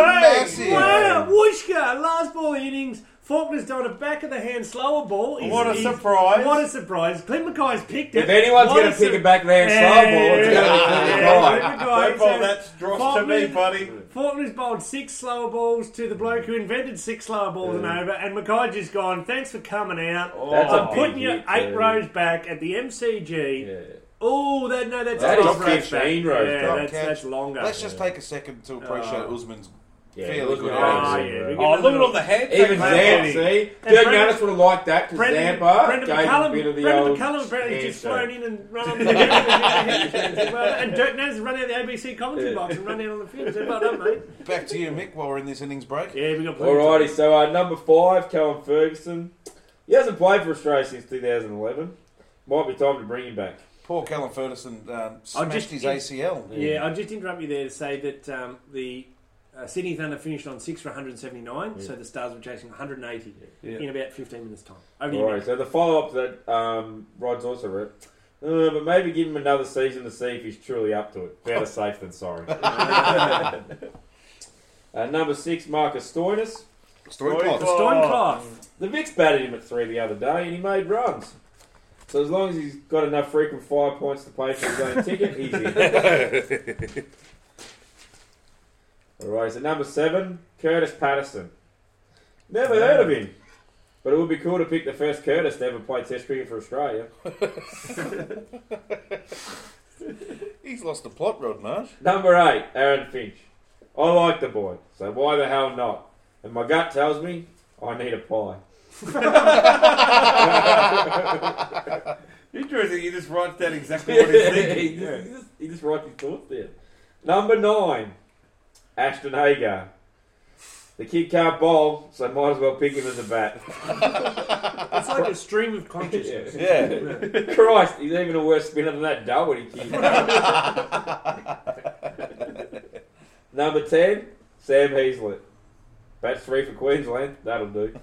is massive.
Wow, Wooshka, last ball of the innings. Faulkner's done a back of the hand slower ball.
Oh!
He's-
What a
he's-
surprise.
What a surprise. Clint Mckay's picked it.
If anyone's
What
going
a
to pick
sur-
it back there and slow ball, it's going to be
Yeah,
Clinger.
yeah,
Right.
Clint McKay,
Don't bowl
so
that dross to me,
Faulkner-
buddy.
Faulkner's bowled six slower balls to the bloke who invented six slower balls and over, and McKay just gone, thanks for coming out.
That's a
I'm
big
putting you
hit,
eight
too.
rows back at the MCG.
Yeah.
Oh, that no, that's
That
twelve
is
rows
15
back.
rows
Yeah, Ah.
back.
that's,
Catch.
that's longer.
Let's just take a second to appreciate Usman's.
Yeah,
Fairly
it was
good
good.
Ah,
Yeah,
yeah. we give
Oh,
him
look at
a-
all the hands.
Even
they've
Zamp,
made.
see?
And
Dirk
Brendan-
Nannis would have liked that because
Brendan,
Zampa
Brendan
gave him a
McCallum,
bit of the
Brendan
old...
McCallum apparently just
handshake.
flown in and run on the And Dirk Naz run out of the ABC commentary box and run out on the field. So well done, mate.
Back to you, Mick, while we're in this innings break.
Yeah, we got plenty of
Alrighty, so uh, number five, Callum Ferguson. He hasn't played for Australia since 2011. Might be time to bring him back.
Poor Callum Ferguson um, smashed
just-
his ACL.
time. Yeah, I'll just interrupt you there to say that um, the uh, Sydney Thunder finished on 6 for 179, so the Stars were chasing 180 in about 15 minutes' time. Over to you,
Alright, so the follow up that um, Rod's also wrote. Uh, but maybe give him another season to see if he's truly up to it. Better safe than sorry. uh, number six, Marcus Stoinis.
Story
Story
clock.
Mick. Steinclough.
The Vicks batted him at three the other day and he made runs. So as long as he's got enough frequent fire points to pay for his own ticket, he's in. Alright, so number seven, Curtis Patterson. Never heard of him. But it would be cool to pick the first Curtis to ever play Test cricket for Australia.
He's lost the plot, Rod Marsh.
Number eight, Aaron Finch. I like the boy, so why the hell not? And my gut tells me I need a pie.
Interesting. He just writes down exactly what he's
he,
thinking.
just,
Yeah.
he, just, he just writes his thoughts down. Number nine, Ashton Hagar. The kid can't bowl, so might as well pick him as a bat.
It's like a stream of consciousness.
Yeah.
Christ, he's even a worse spinner than that Darwin kid. Number ten, Sam Heaslett. Bats three for Queensland. That'll do.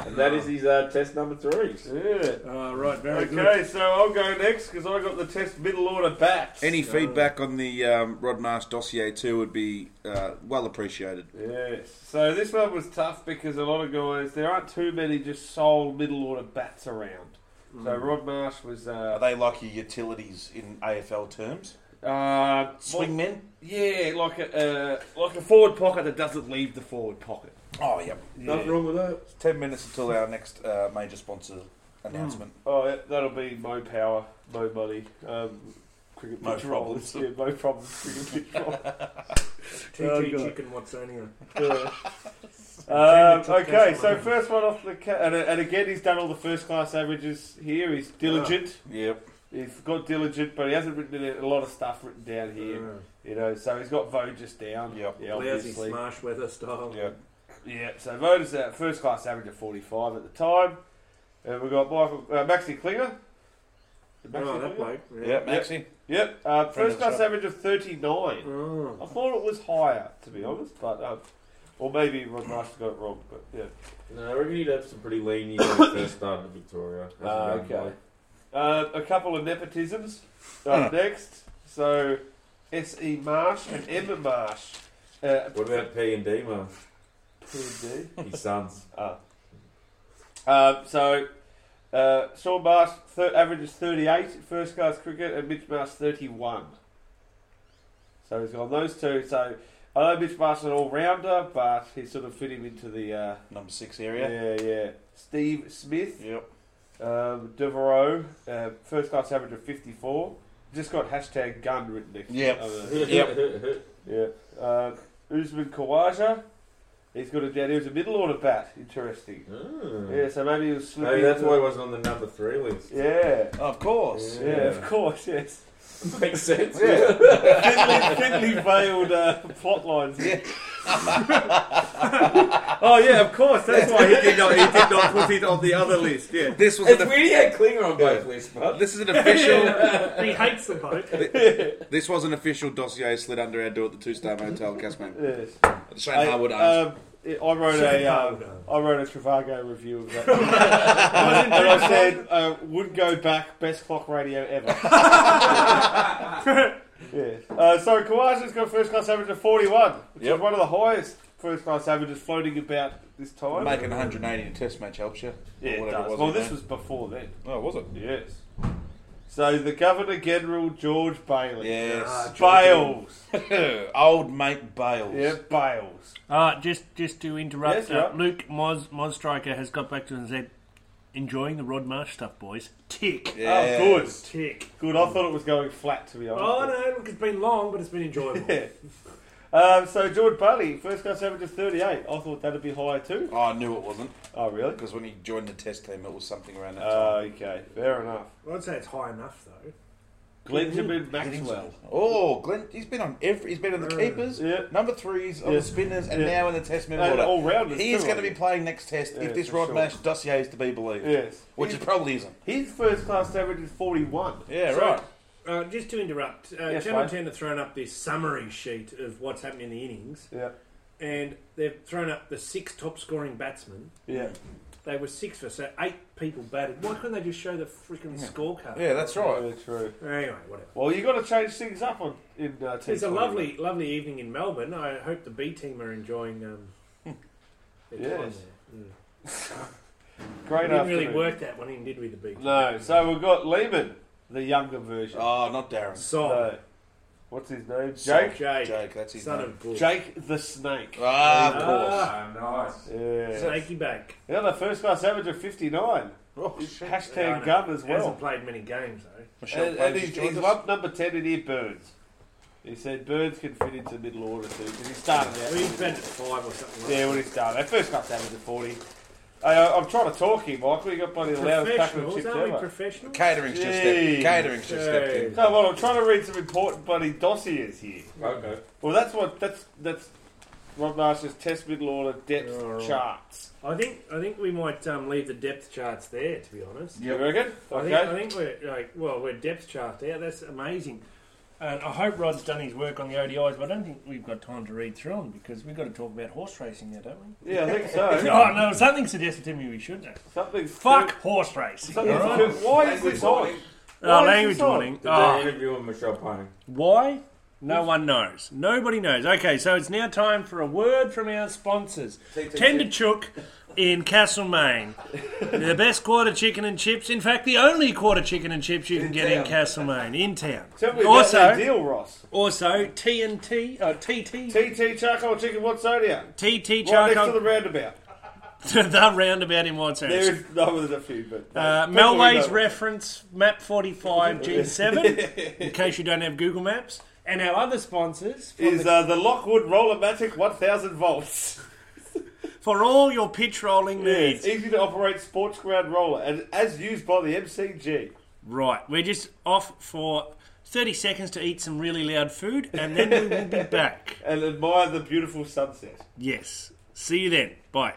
and that is his uh, test number three.
Yeah.
Uh, right, very good.
Okay, so I'll go next because I got the test middle order bats.
Any feedback on the um, Rod Marsh dossier too would be uh, well appreciated.
Yes. So this one was tough because a lot of guys, there aren't too many just sole middle order bats around. So
Mm.
Rod Marsh was
Are
uh,
they like your utilities in AFL terms?
uh,
Swingmen?
yeah, like a uh, like a forward pocket that doesn't leave the forward pocket.
Oh, yep.
Nothing wrong with that.
It's 10 minutes until our next uh, major sponsor announcement.
Oh, yeah, that'll be Mo Power, Mo Money, um, cricket
Mo
pitch rolls.
Problems.
Yeah, Mo problems, cricket pitch rolls.
TT
God.
chicken, what's on
Yeah.
Change
um,
the top
okay,
test
so
one.
first one off the ca- and, uh, and again he's done all the first class averages here. He's diligent.
Yep.
He's got diligent, but he hasn't written in a lot of stuff written down here.
here?
You know, so he's got Voges down.
Yep.
Yeah,
Lousy
obviously.
smash weather style.
Yep.
Yeah, so Voges at first class average of 45 at the time. And we've got Michael, uh, Maxi Klinger. Is it Maxi
Oh, that
Klinger?
bloke. Yeah.
Yep, Maxi.
Yep, uh,
Friend of
first
the
class
show.
average of 39.
Oh.
I thought it was higher, to be honest, but. Um, or maybe Rod Marsh got it wrong, but yeah.
No, I reckon you'd have some pretty lean years when you first started in Victoria. as a
Ah,
young
okay.
boy.
Uh, a couple of nepotisms up next. So, S.E. Marsh and Emma Marsh. Uh,
What about P and D, man?
P&D.
His sons.
Ah. Um, so, uh, Sean Marsh thir- averages 38 in first class cricket and Mitch Marsh 31. So he's got those two. So I know Mitch Marsh is an all rounder, but he's sort of fit him into the. Uh,
Number six
yeah,
area.
yeah. Steve Smith,
Yep.
um, Devereaux, uh, first class average of 54. Just got hashtag gun written next to
Yep.
it. Oh, yeah.
Yep.
Yeah. Uh, Usman Khawaja, he's got a down. He was a middle order bat. Interesting. Yeah, so maybe he was slipping.
Ah. Maybe that's
into-
why he wasn't on the number three list.
Yeah.
Of course.
Yeah, of course, yes.
Makes sense.
Yeah. Fiddly, fiddly veiled uh, plot lines. Yeah. oh, yeah, of course. That's why he did not, he did not put it on the other list. Yeah.
This was
It's
an,
weird he had Klinger on both lists, but
this is an official.
He hates the bloke.
this was an official dossier slid under our door at the Two Star Motel, Casman.
Yes.
Shane
I,
Harwood asked.
um, I wrote a um, I wrote a Travago review of that, and I said uh, would go back best clock radio ever. yeah. Uh, so Kawaja's got first class average of forty one, which
Yep.
is one of the highest first class averages floating about this time.
Making 180 in a test match helps you.
yeah, it
whatever
does.
it was
well,
in
this
there.
was before then.
Oh, was it?
Yes. So the Governor General George Bailey.
Ah,
Yes.
Bales.
Old mate Bales.
Yeah, Bales.
Uh, just just to interrupt,
Yes,
uh,
right.
Luke Moz Mozstriker has got back to us and said, enjoying the Rod Marsh stuff, boys. Tick.
Yeah.
Oh, good.
Tick.
Good. I thought it was going flat, to be honest.
Oh no, look, it's been long, but it's been enjoyable.
Yeah. Um, so George Bailey, first class average of 38. I thought that'd be higher too.
Oh, I knew it wasn't
Oh, really?
because when he joined the test team, it was something around that time.
Uh, okay, fair enough.
I'd say it's high enough though.
Benjamin Maxwell.
Oh, Glenn, he's been on every. He's been on the keepers,
Uh, Yeah.
number threes, on
Yeah.
the spinners, and
Yeah.
now in the test middle
And
order.
all rounders.
He is going to be playing next test
Yeah,
if this
for
Rod
sure.
Mash dossier is to be believed,
Yes.
which it
his,
probably isn't.
his first class average is 41.
Yeah,
So,
right.
Uh, just to interrupt, uh,
Yes,
Channel
mate.
10 have thrown up this summary sheet of what's happened in the innings,
Yeah.
and they've thrown up the six top scoring batsmen.
Yeah.
They were six for, so eight people batted. Why couldn't they just show the freaking scorecard?
Yeah, that's right.
Very true.
Anyway, whatever.
Well, you got to change things up on in uh,
It's a
T20.
lovely, lovely evening in Melbourne. I hope the B team are enjoying um, their time
Yes.
there. Mm.
Great
Didn't really
afternoon.
work that one in, did we, the B team?
No. So we've got Lehman, the younger version.
Oh, not Darren.
Sol.
No. What's his name?
Sol.
Jake.
Jake.
Jake, that's his
Son
name.
of Bull.
Jake the Snake.
Ah, of course.
Ah,
nice.
Yeah.
Snakey Bank.
Yeah, the first class average of 59. Hashtag
Yeah, I know.
gun as well.
Hasn't played many games, though.
Michelle
And, and
Page
he's,
joins
he's
us.
lumped number 10 in here, Burns. He said Burns can fit into middle order too, because he started out.
We spent five or something like
yeah, when he started. First class average of 40. Hey, I, I'm trying to talk here, Michael. You got bloody loudest packet of
Professionals,
chips
aren't we
ever.
professionals?
Catering's just stepped.
Jeez.
Catering's just stepped in.
No, well, I'm trying to read some important bloody dossiers here.
Okay.
Well, that's what that's that's Rob Marsh's test middle order depth
Yeah, right.
charts.
I think I think we might um, leave the depth charts there. To be honest,
You reckon?
I,
Okay.
think, I think we're like well, we're depth chart out. That's amazing. And I hope Rod's done his work on the ODIs, but I don't think we've got time to read through them because we've got to talk about horse racing now, don't we?
yeah, I think so.
Oh no! Something suggested to me we should. know.
Something's
Fuck
too-
horse racing.
something's too- why is this on?
Oh,
Why is
language
this on?
warning.
Did
Oh.
they interview with Michelle Piney?
Why? No one knows. Nobody knows. Okay, so it's now time for a word from our sponsors. Tender Chook in Castlemaine. the best quarter chicken and chips. In fact, the only quarter chicken and chips you can get in Castlemaine, in town.
Tell me about that
Also,
deal, Ross.
also TNT, uh, TT,
TT charcoal chicken, what zodiac?
TT
Right next to the
charcoal
roundabout.
to the roundabout in White Sands.
There is no, there's a few, but
Uh,
People who
Melway's
know.
reference map 45 G7 in case you don't have Google Maps and our other sponsors for
is
the
uh, the Lockwood Rollermatic 1000 volts.
for all your pitch rolling
It's
needs.
easy to operate sports ground roller, and as used by the MCG.
Right, we're just off for 30 seconds to eat some really loud food and then we will be back.
And admire the beautiful sunset.
Yes. See you then. Bye.